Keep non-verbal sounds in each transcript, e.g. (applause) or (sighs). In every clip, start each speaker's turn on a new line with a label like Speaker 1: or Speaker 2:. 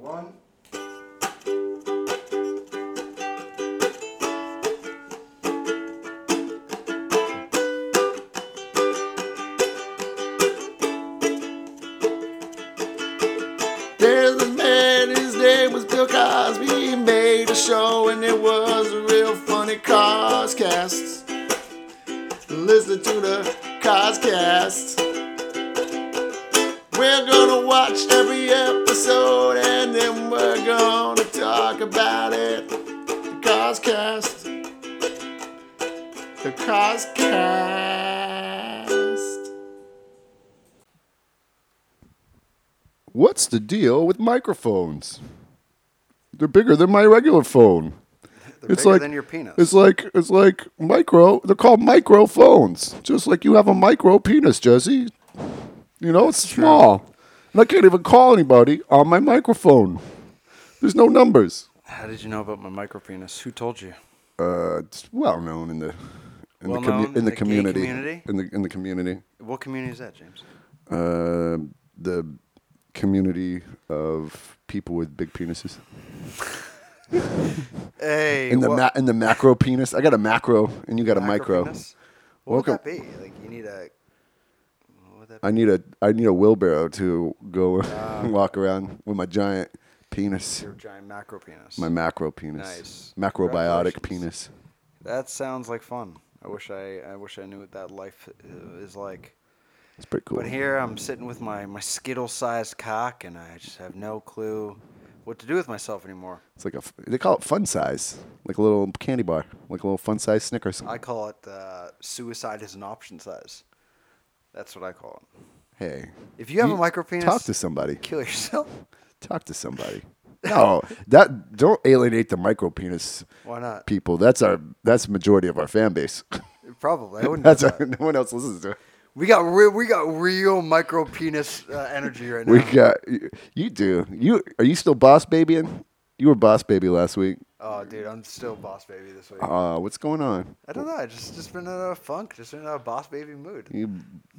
Speaker 1: one.
Speaker 2: There's this man, his name was Bill Cosby. He made a show and it was a real funny Coscast. Listen to the Coscast. We're gonna watch every episode and then we're gonna talk about it. The Coscast. The Coscast. What's the deal with microphones? They're bigger than my regular phone.
Speaker 1: They're
Speaker 2: It's
Speaker 1: bigger
Speaker 2: like-
Speaker 1: than your penis.
Speaker 2: It's like it's like micro. They're called microphones, just like you have a micro penis, Jesse. You know, it's small, and I can't even call anybody on my microphone. There's no numbers.
Speaker 1: How did you know about my micro penis? Who told you?
Speaker 2: Uh, it's well known in the in
Speaker 1: Well
Speaker 2: the, commu-
Speaker 1: known
Speaker 2: in the
Speaker 1: gay
Speaker 2: community,
Speaker 1: community?
Speaker 2: in the in the community,
Speaker 1: What community is that, James?
Speaker 2: uh, the community of people with big penises.
Speaker 1: Hey,
Speaker 2: in the
Speaker 1: what-
Speaker 2: ma- in the macro penis. I got a macro, and you got a micro.
Speaker 1: penis? What
Speaker 2: Welcome.
Speaker 1: would that be? Like you need a. What would that be?
Speaker 2: I need a I need a wheelbarrow to go (laughs) walk around with my giant penis,
Speaker 1: Your giant macro penis.
Speaker 2: my macro penis,
Speaker 1: Nice.
Speaker 2: macrobiotic
Speaker 1: Congratulations.
Speaker 2: penis.
Speaker 1: that sounds like fun. I wish I, I wish I knew what that life uh, is like.
Speaker 2: It's pretty cool.
Speaker 1: But here I'm sitting with my my skittle-sized cock, and I just have no clue what to do with myself anymore.
Speaker 2: It's like a f- they call it fun size, like a little candy bar, like a little fun size Snickers.
Speaker 1: I call it uh, suicide is an option size. That's what I call it.
Speaker 2: hey,
Speaker 1: If you have a micro penis,
Speaker 2: talk to somebody.
Speaker 1: kill yourself. (laughs)
Speaker 2: Talk to somebody. No, that don't alienate the micro penis
Speaker 1: Why not?
Speaker 2: people. That's our that's the majority of our fan base. (laughs)
Speaker 1: Probably. I wouldn't. do
Speaker 2: that's
Speaker 1: that.
Speaker 2: our, no one else listens to it.
Speaker 1: We got real. We got real micro penis uh, energy right now.
Speaker 2: We got you, you. Do you are you still boss babying? You were boss baby last week.
Speaker 1: oh, dude, I'm still boss baby this week.
Speaker 2: Uh, what's going on?
Speaker 1: I don't know. I just just been in a funk, just in a boss baby mood.
Speaker 2: You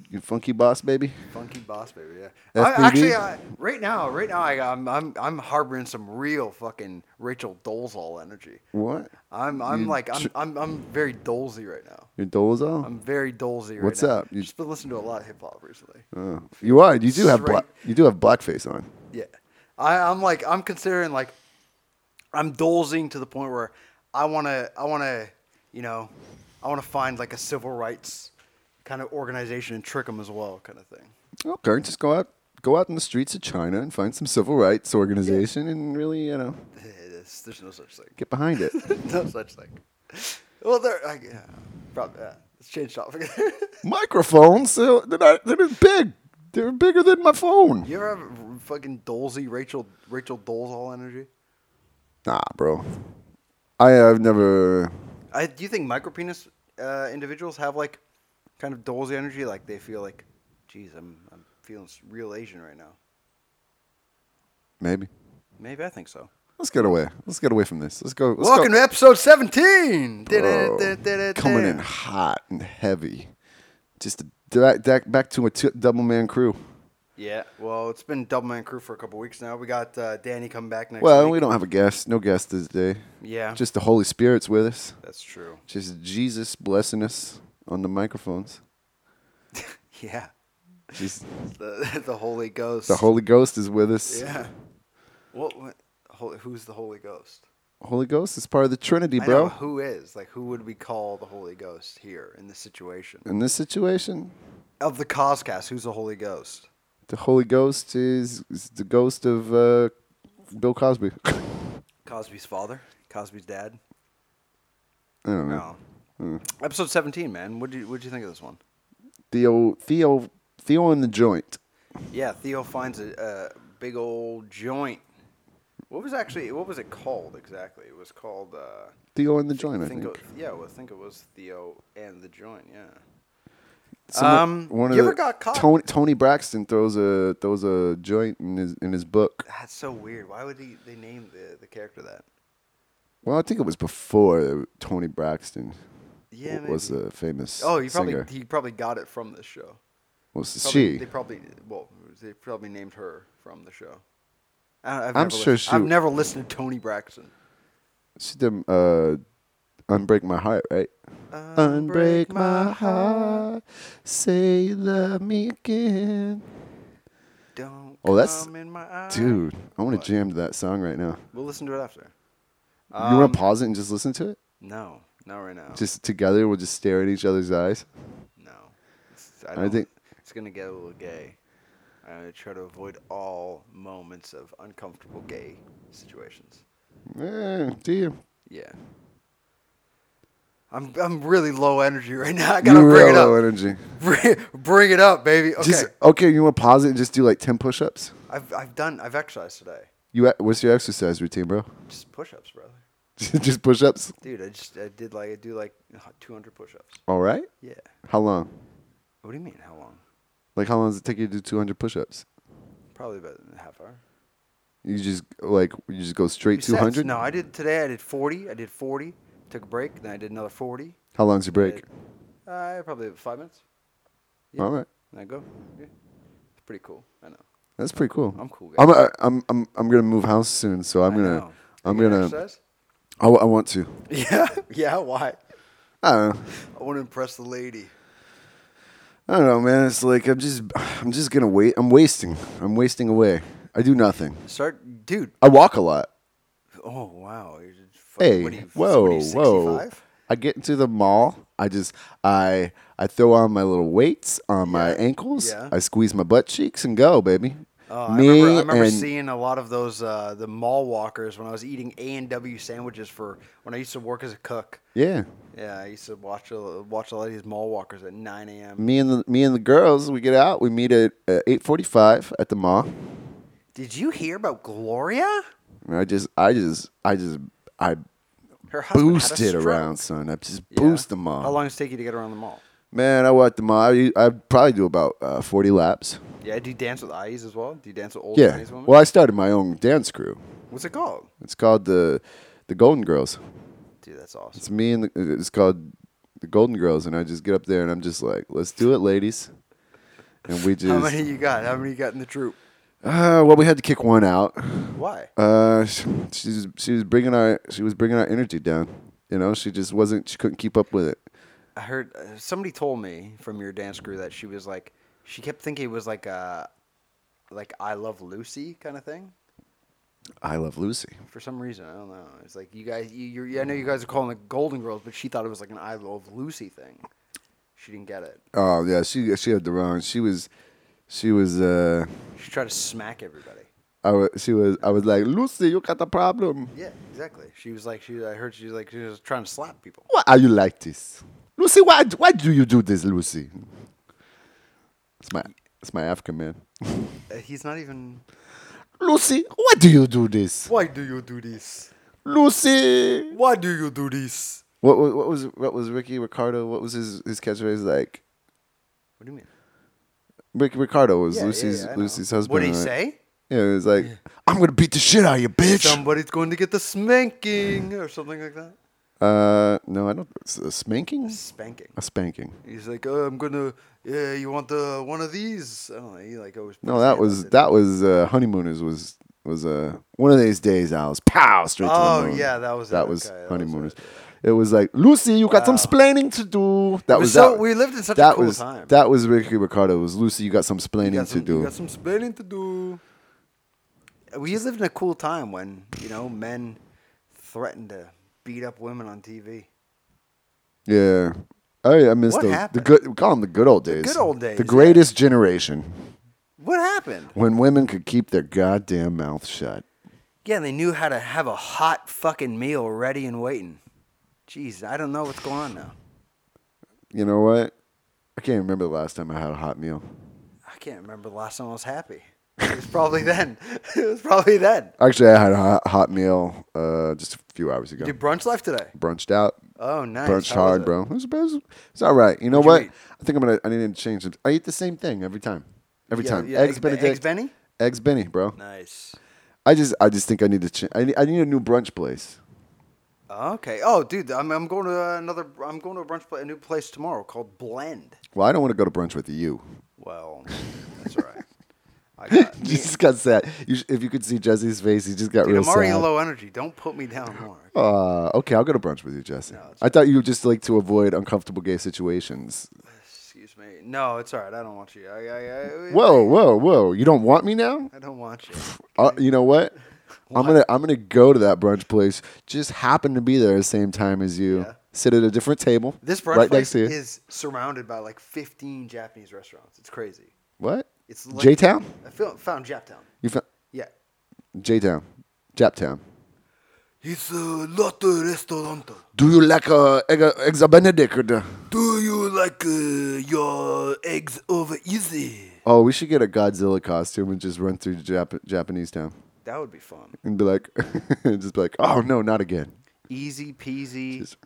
Speaker 2: you funky boss baby?
Speaker 1: Funky boss baby. Yeah. I,
Speaker 2: FBB?
Speaker 1: actually, I, right now, right now, I, I'm I'm I'm harboring some real fucking Rachel Dolezal energy.
Speaker 2: What?
Speaker 1: I'm I'm
Speaker 2: You
Speaker 1: like I'm,
Speaker 2: tr-
Speaker 1: I'm I'm very dolesy right now.
Speaker 2: Your dole's
Speaker 1: I'm
Speaker 2: on?
Speaker 1: very dolesy right
Speaker 2: What's
Speaker 1: now.
Speaker 2: up? You-
Speaker 1: Just been listening to a lot of hip hop recently.
Speaker 2: Oh. You are. You do have
Speaker 1: Straight-
Speaker 2: black. You do have blackface on.
Speaker 1: Yeah. I, I'm like I'm considering like I'm dolezing to the point where I wanna I wanna you know I wanna find like a civil rights kind of organization and trick them as well kind of thing. (laughs)
Speaker 2: Okay, just go out, go out in the streets of China and find some civil rights organization and really, you know,
Speaker 1: There's, there's no such thing.
Speaker 2: get behind it.
Speaker 1: (laughs) no such thing. Well, there. I, yeah, probably. Yeah. Let's change topic. (laughs)
Speaker 2: Microphones, so they're not, they're big. They're bigger than my phone.
Speaker 1: you ever have fucking dolesy Rachel Rachel Dolezal energy?
Speaker 2: Nah, bro. I have never.
Speaker 1: I do you think micropenis uh, individuals have like kind of dolesy energy? Like they feel like, geez, I'm I'm feeling s- real Asian right now.
Speaker 2: Maybe.
Speaker 1: Maybe I think so.
Speaker 2: Let's get away. Let's get away from this. Let's go. Let's
Speaker 1: Welcome
Speaker 2: go.
Speaker 1: to episode seventeen.
Speaker 2: Bro,
Speaker 1: Da-da-da-da-da.
Speaker 2: coming in hot and heavy. Just a, back, back, back to a t- double man crew.
Speaker 1: Yeah. Well, it's been Double Man Crew for a couple weeks now. We got uh, Danny coming back next.
Speaker 2: Well,
Speaker 1: week.
Speaker 2: we don't have a guest. No guest this day.
Speaker 1: Yeah.
Speaker 2: Just the Holy Spirit's with us.
Speaker 1: That's true.
Speaker 2: Just Jesus blessing us on the microphones.
Speaker 1: Yeah.
Speaker 2: Just
Speaker 1: The (laughs) the Holy Ghost.
Speaker 2: the Holy Ghost is with us.
Speaker 1: Yeah. What? what holy, who's the Holy Ghost?
Speaker 2: Holy Ghost is part of the Trinity,
Speaker 1: I know
Speaker 2: bro.
Speaker 1: who is like who would we call the Holy Ghost here in this situation?
Speaker 2: In this situation,
Speaker 1: of the Coscast, who's the Holy Ghost?
Speaker 2: the Holy Ghost is, is the ghost of uh, Bill Cosby. (laughs) I
Speaker 1: Cosby's father, Cosby's dad.
Speaker 2: don't know.
Speaker 1: No. Oh. Episode seventeen, man. What do you what do you think of this one?
Speaker 2: Theo, Theo, Theo in the joint.
Speaker 1: Yeah, Theo finds a, a big old joint. What was actually what was it called exactly? It was called. Uh,
Speaker 2: Theo in the joint. I think.
Speaker 1: it- yeah, well, I think it was Theo and the joint. Yeah.
Speaker 2: Someone-
Speaker 1: Um, you ever got caught-
Speaker 2: Tony, Tony Braxton throws a throws a joint in his in his book.
Speaker 1: That's so weird. Why would he, they name the, the character that?
Speaker 2: Well, I think it was before Tony Braxton
Speaker 1: Yeah,
Speaker 2: w- was
Speaker 1: maybe.
Speaker 2: a famous.
Speaker 1: Oh, he probably
Speaker 2: singer.
Speaker 1: he probably got it from this show.
Speaker 2: was
Speaker 1: Probably-
Speaker 2: she?
Speaker 1: They probably well, they probably named her from the show. I don't, I've
Speaker 2: I'm
Speaker 1: never
Speaker 2: sure
Speaker 1: listened-
Speaker 2: she-
Speaker 1: I've never listened to Tony Braxton.
Speaker 2: She did uh, Unbreak My Heart, right? Unbreak my heart, say you love me again.
Speaker 1: Don't
Speaker 2: Oh, that's-
Speaker 1: come in my eye.
Speaker 2: Dude, I want to jam to that song right now.
Speaker 1: We'll listen to it after.
Speaker 2: you
Speaker 1: Um,
Speaker 2: want to pause it and just listen to it?
Speaker 1: No, not right now.
Speaker 2: Just together, we'll just stare at each other's eyes.
Speaker 1: no. It's- I,
Speaker 2: I
Speaker 1: don't-
Speaker 2: think-
Speaker 1: it's gonna get a little gay. I try to avoid all moments of uncomfortable gay situations.
Speaker 2: Eh, do you?
Speaker 1: Yeah. I'm I'm really low energy right now. I gotta
Speaker 2: You're
Speaker 1: bring
Speaker 2: real
Speaker 1: it
Speaker 2: low
Speaker 1: up.
Speaker 2: energy.
Speaker 1: Bring, bring it up, baby. Okay.
Speaker 2: Just okay. You want to pause it and just do like ten push-ups?
Speaker 1: I've I've done I've exercised today.
Speaker 2: You a- what's your exercise routine, bro? (laughs)
Speaker 1: Just push-ups, brother.
Speaker 2: just push-ups.
Speaker 1: Dude, I just I did like I do like 200 push-ups.
Speaker 2: All right.
Speaker 1: Yeah.
Speaker 2: How long?
Speaker 1: What do you mean? How long?
Speaker 2: Like how long does it take you to do two hundred push-ups?
Speaker 1: Probably about a half hour.
Speaker 2: You just like you just go straight
Speaker 1: Two
Speaker 2: two hundred.
Speaker 1: No, I did today. I did 40. I did 40. Took a break. Then I did another 40.
Speaker 2: How long's your break?
Speaker 1: I did, uh, probably five minutes. yeah.
Speaker 2: All right.
Speaker 1: And I go. Yeah. It's pretty cool. I know.
Speaker 2: That's pretty cool.
Speaker 1: I'm cool, guys.
Speaker 2: I'm I- I'm I'm I'm gonna move house soon, so I'm
Speaker 1: I
Speaker 2: gonna
Speaker 1: know.
Speaker 2: I'm
Speaker 1: You
Speaker 2: gonna
Speaker 1: exercise? (laughs)
Speaker 2: I, wa- I want to.
Speaker 1: Yeah. Yeah. Why?
Speaker 2: I don't know.
Speaker 1: I want to impress the lady.
Speaker 2: I don't know, man. It's like I'm just I'm just gonna wait. I'm wasting. I'm wasting away. I do nothing.
Speaker 1: Start, dude.
Speaker 2: I walk a lot.
Speaker 1: Oh wow. You're just fucking-
Speaker 2: Hey,
Speaker 1: what are you,
Speaker 2: whoa,
Speaker 1: what are you,
Speaker 2: whoa!
Speaker 1: 65?
Speaker 2: I get into the mall. I just I I throw on my little weights on my
Speaker 1: Yeah,
Speaker 2: ankles.
Speaker 1: yeah.
Speaker 2: I squeeze my butt cheeks and go, baby.
Speaker 1: Oh,
Speaker 2: Me
Speaker 1: I remember, I remember
Speaker 2: and
Speaker 1: seeing a lot of those uh, the mall walkers when I was eating A and W sandwiches for when I used to work as a cook.
Speaker 2: yeah,
Speaker 1: Yeah, I used to watch a, watch a lot of these mall walkers at 9 a.m.
Speaker 2: me and the me and the girls. We get out. We meet at eight forty five at the mall.
Speaker 1: Did you hear about Gloria?
Speaker 2: And I just I just I just I
Speaker 1: Her husband
Speaker 2: boost
Speaker 1: had a
Speaker 2: it
Speaker 1: stroke.
Speaker 2: around, son. I just
Speaker 1: Yeah.
Speaker 2: boost the mall.
Speaker 1: How long does it take you to get around the mall?
Speaker 2: Man, I walk the mall. I, I probably do about uh, forty laps.
Speaker 1: Yeah, do you dance with IEs as well? Do you dance with old
Speaker 2: Yeah.
Speaker 1: Chinese women?
Speaker 2: Well, I started my own dance crew.
Speaker 1: What's it called?
Speaker 2: It's called the the Golden Girls.
Speaker 1: Dude, that's awesome.
Speaker 2: It's me and the, it's called the Golden Girls, and I just get up there and I'm just like, "Let's do it, ladies." (laughs) And we
Speaker 1: How
Speaker 2: just
Speaker 1: many you got? How many you got in the troop?
Speaker 2: uh, well, we had to kick one out.
Speaker 1: Why?
Speaker 2: Uh, she, she was she was bringing our she was bringing our energy down. You know, she just wasn't she couldn't keep up with it.
Speaker 1: I heard uh, somebody told me from your dance crew that she was like she kept thinking it was like a like I Love Lucy kind of thing
Speaker 2: I love Lucy.
Speaker 1: for some reason. I don't know. It's like you guys, you, you're, yeah, I know you guys are calling it Golden Girls, but she thought it was like an I Love Lucy thing. She didn't get it.
Speaker 2: Oh yeah, she she had the wrong. She was she was uh
Speaker 1: She tried to smack everybody.
Speaker 2: I was, she was I was like Lucy, you got a problem.
Speaker 1: Yeah, exactly. She was like she. I heard she was like she was trying to slap people.
Speaker 2: Why are you like this, Lucy? Why why do you do this, Lucy? It's my it's my African man. (laughs)
Speaker 1: Uh, he's not even.
Speaker 2: Lucy, why do you do this?
Speaker 1: Why do you do this?
Speaker 2: Lucy.
Speaker 1: Why do you do this?
Speaker 2: What, what what was what was Ricky Ricardo? What was his his catchphrase like?
Speaker 1: What do you mean?
Speaker 2: Ricky Ricardo was
Speaker 1: Yeah, yeah,
Speaker 2: Lucy's
Speaker 1: yeah, I know.
Speaker 2: Lucy's husband.
Speaker 1: What did he
Speaker 2: right?
Speaker 1: say?
Speaker 2: Yeah, it was like, I'm gonna beat the shit out of you, bitch.
Speaker 1: Somebody's going to get the spanking or something like that.
Speaker 2: uh, no, I don't. s- A spanking?
Speaker 1: Spanking.
Speaker 2: A spanking.
Speaker 1: He's like, oh, I'm gonna. Yeah, you want the one of these? I don't know. He like always. put
Speaker 2: No,
Speaker 1: his hand
Speaker 2: that
Speaker 1: up,
Speaker 2: was
Speaker 1: didn't he?
Speaker 2: that was uh, honeymooners was was uh, one of these days. I was pow straight to
Speaker 1: Oh,
Speaker 2: the moon.
Speaker 1: yeah, that was it.
Speaker 2: that was
Speaker 1: Okay, that was
Speaker 2: honeymooners.
Speaker 1: it,
Speaker 2: It was like Lucy, you got some splaining to do. That
Speaker 1: It was
Speaker 2: was
Speaker 1: so-
Speaker 2: that-
Speaker 1: we lived in such a
Speaker 2: that
Speaker 1: cool
Speaker 2: was,
Speaker 1: time.
Speaker 2: That was Ricky Ricardo. It was Lucy, you got some
Speaker 1: You
Speaker 2: splaining
Speaker 1: got some,
Speaker 2: to do.
Speaker 1: You got some splaining to do. We lived in a cool time when you know men threatened to beat up women on TV.
Speaker 2: yeah. Oh yeah, I missed
Speaker 1: What
Speaker 2: those.
Speaker 1: happened?
Speaker 2: The good, we call them the good old days.
Speaker 1: good old days,
Speaker 2: The
Speaker 1: yeah.
Speaker 2: greatest generation
Speaker 1: What happened?
Speaker 2: when women could keep their goddamn mouth shut.
Speaker 1: Yeah, they knew how to have a hot fucking meal ready and waiting. Jeez, I don't know what's going on now.
Speaker 2: You know what? I can't remember the last time I had a hot meal.
Speaker 1: I can't remember the last time I was happy. It was probably then. (laughs) It was probably then.
Speaker 2: Actually, I had a hot, hot meal uh, just a few hours ago.
Speaker 1: You did brunch life today.
Speaker 2: Brunched out.
Speaker 1: Oh, nice.
Speaker 2: Brunched
Speaker 1: How was
Speaker 2: hard,
Speaker 1: it?
Speaker 2: bro. It was, it was- it's all right. You know
Speaker 1: What'd
Speaker 2: what?
Speaker 1: you
Speaker 2: I think I'm gonna. I need to change it. I eat the same thing every time. Every
Speaker 1: Yeah,
Speaker 2: time.
Speaker 1: yeah,
Speaker 2: eggs
Speaker 1: egg-
Speaker 2: Benedict.
Speaker 1: eggs Benny?
Speaker 2: Eggs Benny, bro.
Speaker 1: Nice.
Speaker 2: I just, I just think I need to change. I need, I need a new brunch place.
Speaker 1: Okay. Oh, dude, I'm, I'm going to uh, another. I'm going to a brunch, pla- a new place tomorrow called Blend.
Speaker 2: (laughs) Well, I don't want to go to brunch with you.
Speaker 1: Well, that's all right. I
Speaker 2: (laughs)
Speaker 1: got.
Speaker 2: He just got sad. You sh- if you could see Jesse's face, he just got
Speaker 1: Dude,
Speaker 2: real
Speaker 1: I'm already
Speaker 2: sad.
Speaker 1: low energy. Don't put me down more.
Speaker 2: Uh, okay, I'll go to brunch with you, Jesse. I thought you would just like to avoid uncomfortable gay situations.
Speaker 1: Excuse me. No, it's all right. I don't want you. I, I, I,
Speaker 2: Whoa, whoa, whoa! You don't want me now?
Speaker 1: I don't want you.
Speaker 2: Uh, you know what? I'm gonna I'm gonna go to that brunch place. Just happen to be there at the same time as you.
Speaker 1: Yeah.
Speaker 2: Sit at a different table.
Speaker 1: This brunch
Speaker 2: right next
Speaker 1: place
Speaker 2: to you.
Speaker 1: is surrounded by like 15 Japanese restaurants. It's crazy.
Speaker 2: what?
Speaker 1: It's like,
Speaker 2: J Town.
Speaker 1: I feel, found Japtown.
Speaker 2: You found
Speaker 1: Yeah.
Speaker 2: J Town, Jap Town.
Speaker 1: It's uh, a latte restaurant.
Speaker 2: Do you like uh, egg, eggs a Benedict? Or the-
Speaker 1: Do you like uh, your eggs over easy?
Speaker 2: oh, we should get a Godzilla costume and just run through Jap- Japanese town
Speaker 1: That would be fun.
Speaker 2: and be like, (laughs) just be like, oh no, not again.
Speaker 1: Easy peasy.
Speaker 2: Just,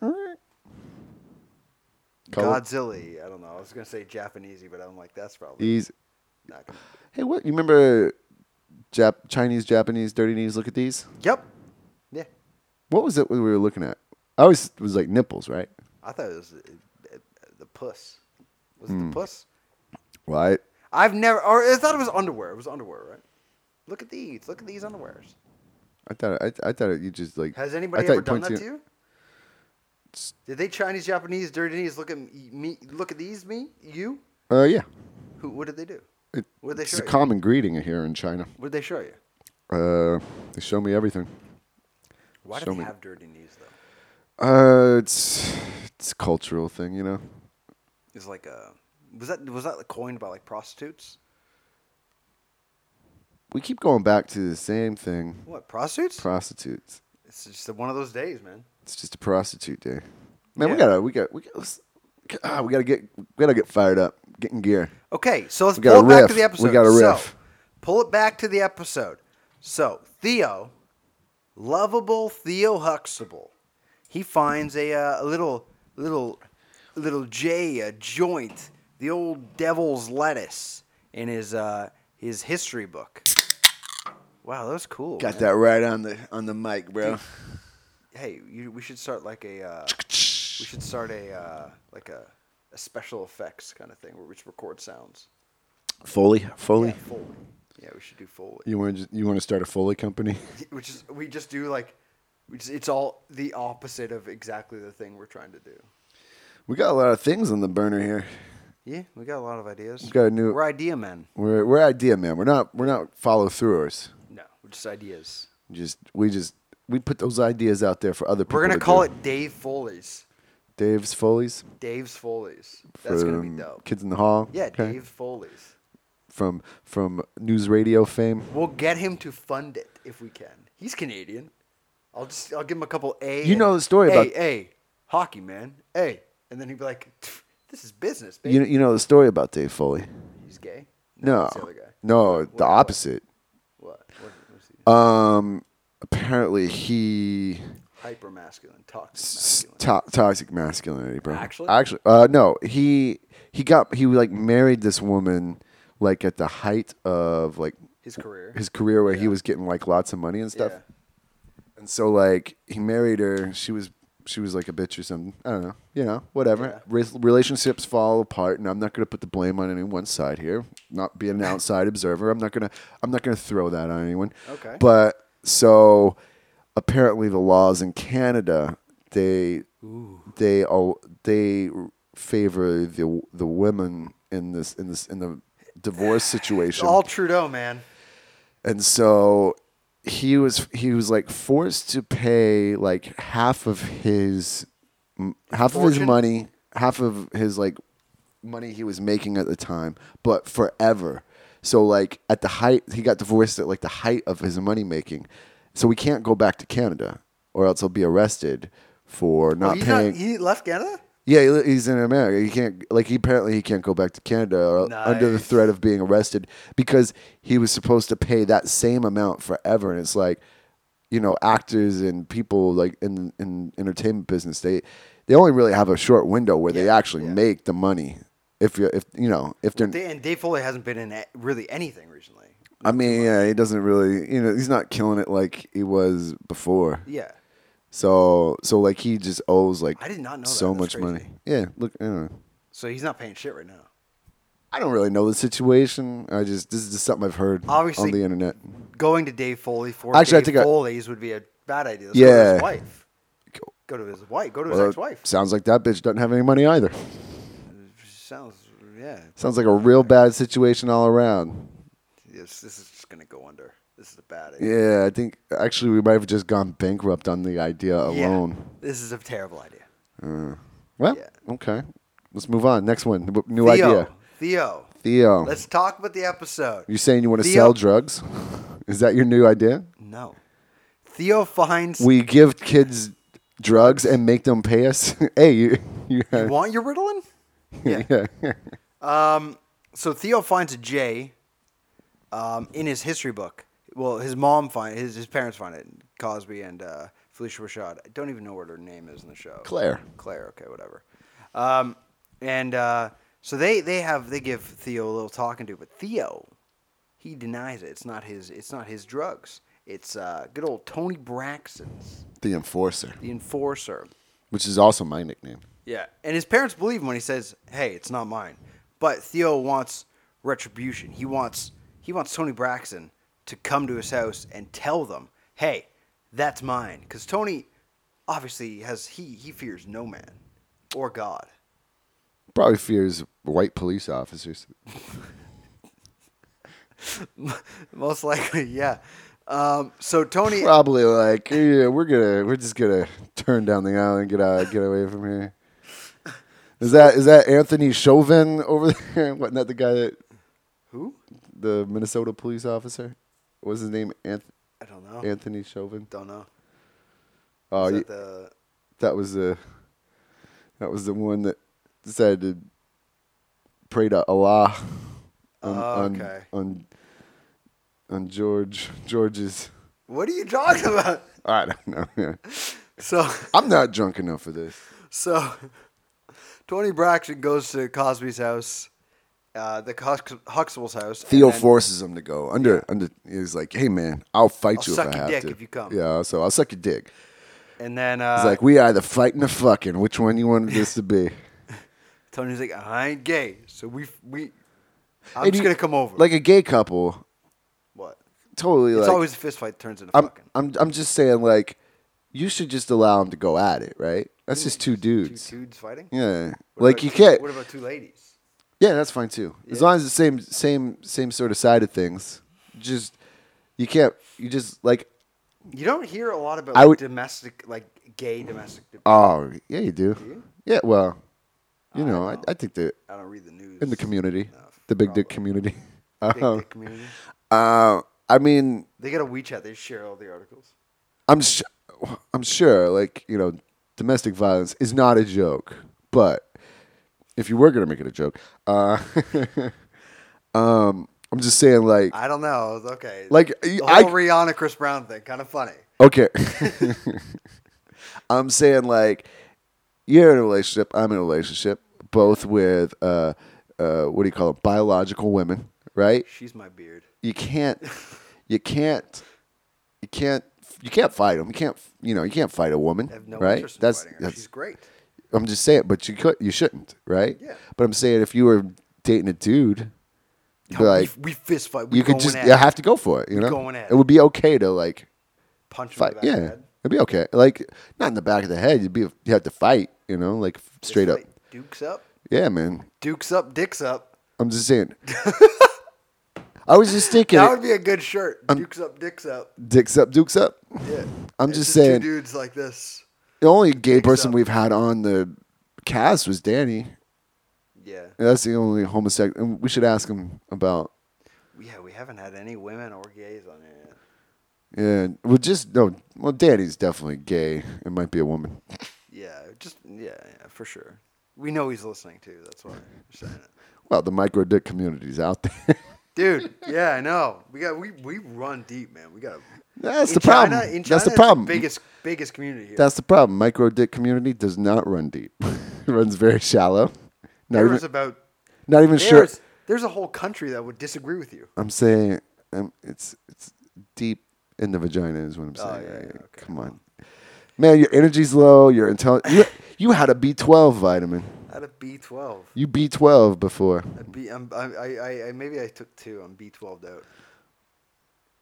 Speaker 2: Call it
Speaker 1: Godzilla. I don't know. I was gonna say Japanesey, but I'm like, that's probably
Speaker 2: easy.
Speaker 1: not. Gonna...
Speaker 2: Hey, what? You remember Jap- Chinese, Japanese, dirty knees? Look at these.
Speaker 1: Yep. Yeah.
Speaker 2: What was it we were looking at? I always was like nipples, right?
Speaker 1: I thought it was uh, uh, the puss. Was it
Speaker 2: Hmm.
Speaker 1: the puss?
Speaker 2: Well, I,
Speaker 1: I've never. Or I thought it was underwear. It was underwear, right? Look at these. Look at these underwears.
Speaker 2: I thought I, I thought you just like.
Speaker 1: Has
Speaker 2: I
Speaker 1: anybody
Speaker 2: thought
Speaker 1: ever done that
Speaker 2: pointed
Speaker 1: to you? Did they Chinese, Japanese, dirty knees? Look at me. me- Look at these. Me. You.
Speaker 2: Uh, yeah.
Speaker 1: Who? What did they do?
Speaker 2: It-
Speaker 1: What did they
Speaker 2: it's
Speaker 1: show
Speaker 2: a
Speaker 1: you?
Speaker 2: common greeting here in China.
Speaker 1: What did they show you?
Speaker 2: Uh, they show me everything.
Speaker 1: Why do
Speaker 2: Show
Speaker 1: they
Speaker 2: me.
Speaker 1: have dirty knees though?
Speaker 2: Uh, it's it's a cultural thing, you know.
Speaker 1: It's like a. Was that was that coined by like prostitutes?
Speaker 2: We keep going back to the same thing:
Speaker 1: What prostitutes?
Speaker 2: prostitutes.
Speaker 1: it's just one of those days, man.
Speaker 2: It's just a prostitute day. Man, we
Speaker 1: Yeah.
Speaker 2: gotta, we got, we got, let's- ah, we gotta get, we gotta get fired up, get in gear.
Speaker 1: Okay, so let's
Speaker 2: We
Speaker 1: pull
Speaker 2: got
Speaker 1: it
Speaker 2: a
Speaker 1: back
Speaker 2: riff.
Speaker 1: to the episode.
Speaker 2: We got a
Speaker 1: So,
Speaker 2: riff.
Speaker 1: pull it back to the episode. So Theo, lovable Theo Huxtable, he finds a, uh, a little little little J a joint, the old devil's lettuce in his uh, his history book. Wow, that was cool.
Speaker 2: Got
Speaker 1: man.
Speaker 2: that right on the on the mic, bro.
Speaker 1: Hey, you, we should start like a uh, we should start a uh, like a, a special effects kind of thing where we just record sounds.
Speaker 2: Foley, Foley.
Speaker 1: Yeah, Foley. Yeah, we should do Foley.
Speaker 2: You want to you want to start a Foley company? (laughs)
Speaker 1: which is we just do like we just, it's all the opposite of exactly the thing we're trying to do
Speaker 2: We got a lot of things on the burner here.
Speaker 1: yeah we got a lot of ideas
Speaker 2: We got a new-
Speaker 1: we're idea men
Speaker 2: We're we're idea man. We're not we're not follow throughers.
Speaker 1: no we're just ideas
Speaker 2: Just we just we put those ideas out there for other people.
Speaker 1: we're gonna
Speaker 2: to
Speaker 1: call
Speaker 2: do.
Speaker 1: it dave foley's
Speaker 2: Dave's Foley's.
Speaker 1: dave's foley's that's gonna be
Speaker 2: from
Speaker 1: dope
Speaker 2: Kids in the Hall.
Speaker 1: yeah
Speaker 2: okay?
Speaker 1: dave foley's
Speaker 2: From from news radio fame.
Speaker 1: we'll get him to fund it if we can he's canadian i'll just i'll give him a couple a
Speaker 2: You know the story
Speaker 1: hey,
Speaker 2: about-
Speaker 1: hey hockey man hey and then he'd be like this is business baby.
Speaker 2: You you know the story about Dave Foley.
Speaker 1: he's gay
Speaker 2: No,
Speaker 1: that's the other guy
Speaker 2: no,
Speaker 1: What-
Speaker 2: the
Speaker 1: what-
Speaker 2: opposite.
Speaker 1: what, what, what's he-
Speaker 2: Um, apparently he
Speaker 1: hyper masculine,
Speaker 2: s-
Speaker 1: toxic masculine.
Speaker 2: to- toxic masculinity, bro.
Speaker 1: Actually?
Speaker 2: actually, uh, no, he he got he like married this woman like at the height of like
Speaker 1: His career.
Speaker 2: his career where he was getting like lots of money and stuff.
Speaker 1: Yeah.
Speaker 2: And so like he married her. She was she was like a bitch or something. I don't know. You know, whatever. Re- relationships fall apart, and I'm not gonna put the blame on any one side here. Not
Speaker 1: (laughs)
Speaker 2: being an outside observer, I'm not gonna I'm not gonna throw that on anyone.
Speaker 1: Okay.
Speaker 2: But so apparently the laws in Canada they they all they favor the the women in this in this in the divorce
Speaker 1: It's
Speaker 2: situation
Speaker 1: all Trudeau, man.
Speaker 2: and so he was he was like forced to pay like half of his m- half of his
Speaker 1: Fortune?
Speaker 2: money half of his like money he was making at the time but forever so like at the height he got divorced at like the height of his money making so we can't go back to canada or else he'll be arrested for
Speaker 1: Oh,
Speaker 2: not
Speaker 1: he's
Speaker 2: paying
Speaker 1: not, he left Canada?
Speaker 2: yeah, he- he's in America. He can't like he apparently he can't go back to Canada or under the
Speaker 1: Nice.
Speaker 2: threat of being arrested because he was supposed to pay that same amount forever. And it's like, you know, actors and people like in in entertainment business they they only really have a short window where they
Speaker 1: Yeah,
Speaker 2: actually
Speaker 1: yeah.
Speaker 2: make the money. If you if you know if they're
Speaker 1: Da- And Dave Foley hasn't been in a- really anything recently.
Speaker 2: I mean yeah he doesn't really you know he's not killing it like he was before.
Speaker 1: Yeah.
Speaker 2: So so like he just owes like
Speaker 1: I did not know that.
Speaker 2: so
Speaker 1: That's
Speaker 2: much
Speaker 1: crazy.
Speaker 2: money. Yeah, look. I don't know.
Speaker 1: So he's not paying shit right now.
Speaker 2: I don't really know the situation. I just this is just something I've heard
Speaker 1: Obviously-
Speaker 2: on the internet.
Speaker 1: Going to Dave Foley for
Speaker 2: Actually, I
Speaker 1: Dave
Speaker 2: think I-
Speaker 1: Foley's would be a bad idea. Let's Go to
Speaker 2: Yeah.
Speaker 1: his wife. Go to his wife. Go to his
Speaker 2: Well,
Speaker 1: ex-wife.
Speaker 2: sounds like that bitch doesn't have any money either.
Speaker 1: Sounds yeah.
Speaker 2: Sounds like a real bad situation all around.
Speaker 1: This, this is just gonna go under. This is a bad idea.
Speaker 2: Yeah, I think actually we might have just gone bankrupt on the idea alone.
Speaker 1: This is a terrible idea.
Speaker 2: Well,
Speaker 1: Yeah.
Speaker 2: okay. Let's move on. Next one. W- New idea.
Speaker 1: Theo.
Speaker 2: Theo.
Speaker 1: Let's talk about the episode.
Speaker 2: You're saying you want to
Speaker 1: Theo-
Speaker 2: sell drugs? Is that your new idea?
Speaker 1: No. Theo finds
Speaker 2: We give kids drugs and make them pay us? (laughs) hey, you. you,
Speaker 1: you want your
Speaker 2: (laughs)
Speaker 1: Ritalin? Yeah.
Speaker 2: yeah.
Speaker 1: Um, so Theo finds a J um, in his history book. Well, his mom find his, his parents find it. Cosby and uh, Felicia Rashad. I don't even know what her name is in the show.
Speaker 2: Claire.
Speaker 1: Claire. Okay, whatever. Um, and uh, so they they have they give Theo a little talking to, but Theo he denies it. It's not his. It's not his drugs. It's uh, good old Tony Braxton's,
Speaker 2: The Enforcer,
Speaker 1: the enforcer.
Speaker 2: which is also my nickname.
Speaker 1: Yeah, and his parents believe him when he says, "Hey, it's not mine." But Theo wants retribution. He wants he wants Tony Braxton to come to his house and tell them, "Hey, that's mine." Because Tony obviously has he he fears no man or God.
Speaker 2: Probably fears white police officers.
Speaker 1: Most likely, yeah. Um, so Tony,
Speaker 2: Probably like, yeah, we're gonna, we're just gonna turn down the aisle and get out, get away from here. Is that is that Anthony Chauvin over there? (laughs) Wasn't that the guy that
Speaker 1: who?
Speaker 2: the Minnesota police officer? What was his name? Anth-
Speaker 1: I don't know.
Speaker 2: Anthony Chauvin.
Speaker 1: Don't know.
Speaker 2: Oh,
Speaker 1: Is
Speaker 2: you-
Speaker 1: that the-
Speaker 2: that was the that was the one that decided to pray to Allah on
Speaker 1: Oh,
Speaker 2: on-
Speaker 1: okay.
Speaker 2: on, on George George's.
Speaker 1: what are you talking about? (laughs)
Speaker 2: I don't know. man.
Speaker 1: So.
Speaker 2: I'm not drunk enough for this.
Speaker 1: So, Tony Braxton goes to Cosby's house, uh, the Hux- Huxtable's house. and
Speaker 2: Theo
Speaker 1: then-
Speaker 2: forces him to go under under. He's like, "Hey man, I'll fight
Speaker 1: I'll
Speaker 2: you
Speaker 1: suck
Speaker 2: if I
Speaker 1: your
Speaker 2: have
Speaker 1: dick
Speaker 2: to.
Speaker 1: if you come.
Speaker 2: Yeah, so I'll suck your dick.
Speaker 1: And then
Speaker 2: He's
Speaker 1: uh,
Speaker 2: like, we either fighting or fucking. Which one you want this to be?
Speaker 1: Tony's like, I ain't gay, so we we. (laughs) I'm
Speaker 2: And
Speaker 1: just
Speaker 2: you-
Speaker 1: gonna come over.
Speaker 2: Like a gay couple,
Speaker 1: what?
Speaker 2: totally.
Speaker 1: It's
Speaker 2: like,
Speaker 1: always a fist fight turns into
Speaker 2: I'm,
Speaker 1: fucking.
Speaker 2: I'm I'm just saying like you should just allow them to go at it, right? That's just two
Speaker 1: Two
Speaker 2: dudes.
Speaker 1: dudes fighting.
Speaker 2: Yeah.
Speaker 1: What
Speaker 2: like
Speaker 1: about
Speaker 2: you
Speaker 1: two-
Speaker 2: can't
Speaker 1: What about two ladies?
Speaker 2: Yeah, that's fine too. As long as it's same same same sort of side of things. Just you can't you just like
Speaker 1: You don't hear a lot about
Speaker 2: I
Speaker 1: like,
Speaker 2: would-
Speaker 1: domestic, like gay domestic.
Speaker 2: oh yeah you do.
Speaker 1: you?
Speaker 2: Yeah, well you know, I, I think that
Speaker 1: I don't read the news.
Speaker 2: in the community.
Speaker 1: No,
Speaker 2: The big dick
Speaker 1: probably.
Speaker 2: community. (laughs)
Speaker 1: Big
Speaker 2: Um,
Speaker 1: dick community.
Speaker 2: uh, I mean
Speaker 1: They got a WeChat. They share all the articles.
Speaker 2: I'm sh- I'm sure, like you know, domestic violence is not a joke, but if you were gonna make it a joke, uh, (laughs) um, I'm just saying, like,
Speaker 1: I don't know. Okay.
Speaker 2: like
Speaker 1: the
Speaker 2: I
Speaker 1: whole Rihanna Chris Brown thing, kind of funny.
Speaker 2: okay, (laughs) I'm saying like you're in a relationship, I'm in a relationship, both with uh, uh, what do you call it, biological women, right?
Speaker 1: She's my beard.
Speaker 2: you can't you can't you can't you can't fight them. You can't you know you can't fight a woman,
Speaker 1: I have no
Speaker 2: right?
Speaker 1: interest in
Speaker 2: that's
Speaker 1: fighting her.
Speaker 2: that's.
Speaker 1: She's great.
Speaker 2: I'm just saying, but you could you shouldn't, right?
Speaker 1: Yeah.
Speaker 2: But I'm saying if you were dating a dude, you'd be
Speaker 1: No,
Speaker 2: like
Speaker 1: we, we fist fight. We
Speaker 2: you could
Speaker 1: going
Speaker 2: just
Speaker 1: at
Speaker 2: you
Speaker 1: it.
Speaker 2: have to go for it. You know,
Speaker 1: going at
Speaker 2: it would be okay to like
Speaker 1: punch him in
Speaker 2: fight.
Speaker 1: the back
Speaker 2: Yeah,
Speaker 1: of the head.
Speaker 2: it'd be okay. Like not in the back of the head. You'd be you have to fight. You know, like
Speaker 1: Fist
Speaker 2: straight up.
Speaker 1: fight. Dukes up.
Speaker 2: Yeah, man.
Speaker 1: Dukes up. Dicks up.
Speaker 2: I'm just
Speaker 1: (laughs)
Speaker 2: saying. I was just thinking,
Speaker 1: That would be a good shirt. Dukes up. Dicks up.
Speaker 2: dicks up, dukes up.
Speaker 1: Yeah.
Speaker 2: I'm
Speaker 1: It's
Speaker 2: just
Speaker 1: Two
Speaker 2: saying.
Speaker 1: dudes like this.
Speaker 2: The only gay person
Speaker 1: up.
Speaker 2: we've had on the cast was Danny.
Speaker 1: Yeah.
Speaker 2: That's the only homosexual. and We should ask him about.
Speaker 1: Yeah. We haven't had any women or gays on here. Yet.
Speaker 2: Yeah, well, just no. Well, Danny's definitely gay. It might be a woman.
Speaker 1: Yeah. Just yeah, yeah. For sure. We know he's listening too. That's why I'm saying it.
Speaker 2: Well, the micro dick community's out there. (laughs)
Speaker 1: Dude, yeah, I know. We got we, we run deep, man. We got a,
Speaker 2: That's
Speaker 1: in
Speaker 2: the
Speaker 1: China-
Speaker 2: problem.
Speaker 1: in
Speaker 2: That's the
Speaker 1: China, it's
Speaker 2: problem.
Speaker 1: biggest biggest community here.
Speaker 2: That's the problem. Micro dick community does not run deep. (laughs) it runs very shallow. Not
Speaker 1: there's
Speaker 2: even.
Speaker 1: about
Speaker 2: Not even
Speaker 1: there's
Speaker 2: sure.
Speaker 1: there's a whole country that would disagree with you.
Speaker 2: I'm saying um, it's it's deep in the vagina is what I'm saying.
Speaker 1: Oh, yeah, yeah,
Speaker 2: Like,
Speaker 1: okay.
Speaker 2: Come on, man, your energy's low. Your intelligence. You, you had a B12 vitamin.
Speaker 1: I had a B12.
Speaker 2: You B12 before.
Speaker 1: A B, I'm, I, I, I, maybe I took two. I'm B12 out.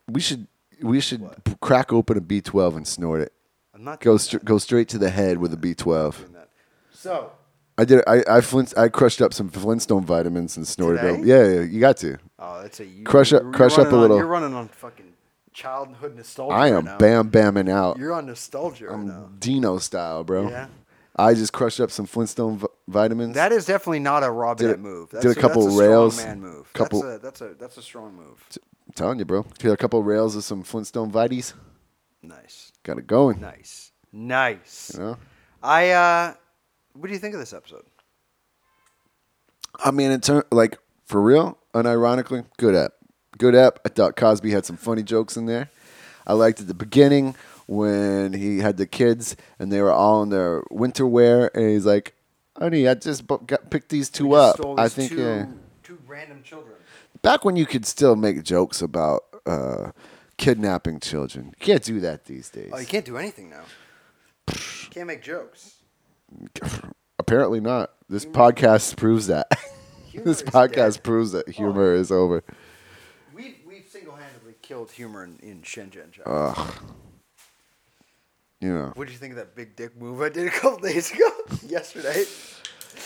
Speaker 2: We should we should p- crack open a B12 and snort it.
Speaker 1: I'm not
Speaker 2: Go
Speaker 1: doing
Speaker 2: str- go straight to the head with a B12.
Speaker 1: that, doing that. So
Speaker 2: I did. I I flint. I crushed up some Flintstone vitamins and snorted
Speaker 1: Today?
Speaker 2: them. Yeah, yeah, you got to.
Speaker 1: oh, that's a you,
Speaker 2: Crush up-
Speaker 1: you're
Speaker 2: crush up a
Speaker 1: running on-
Speaker 2: little.
Speaker 1: You're running on fucking childhood nostalgia.
Speaker 2: I
Speaker 1: right
Speaker 2: am
Speaker 1: now.
Speaker 2: bam bamming out.
Speaker 1: You're on nostalgia right
Speaker 2: I'm
Speaker 1: now.
Speaker 2: Dino style, bro.
Speaker 1: Yeah.
Speaker 2: I just crushed up some Flintstone v- vitamins.
Speaker 1: That is definitely not a Robin
Speaker 2: Did a-
Speaker 1: Hood move.
Speaker 2: did
Speaker 1: That's
Speaker 2: a couple
Speaker 1: that's a
Speaker 2: rails,
Speaker 1: Strong man move.
Speaker 2: couple-
Speaker 1: That's a that's a that's a strong move.
Speaker 2: I'm telling you, bro. Took a couple rails of some Flintstone vites.
Speaker 1: Nice,
Speaker 2: Got it going.
Speaker 1: nice, nice.
Speaker 2: You know?
Speaker 1: I uh, what do you think of this episode?
Speaker 2: I mean, in turn, like for real, unironically, good app, good app. I thought Cosby had some funny jokes in there. I liked at the beginning when he had the kids and they were all in their winter wear, and he's like, "Honey, I just bu- got, picked these two
Speaker 1: We just
Speaker 2: up."
Speaker 1: stole
Speaker 2: I
Speaker 1: these
Speaker 2: think
Speaker 1: two,
Speaker 2: yeah.
Speaker 1: two random children.
Speaker 2: back when you could still make jokes about uh, kidnapping children, you can't do that these days.
Speaker 1: Oh, you can't do anything now. You can't make jokes.
Speaker 2: Apparently not. This podcast proves that. (laughs)
Speaker 1: Humor
Speaker 2: this
Speaker 1: is
Speaker 2: podcast
Speaker 1: dead.
Speaker 2: proves that humor is over.
Speaker 1: We've we've single-handedly killed humor in, in Shenzhen. China.
Speaker 2: Uh. You know.
Speaker 1: what do you think of that big dick move I did a couple (laughs) days ago? Yesterday,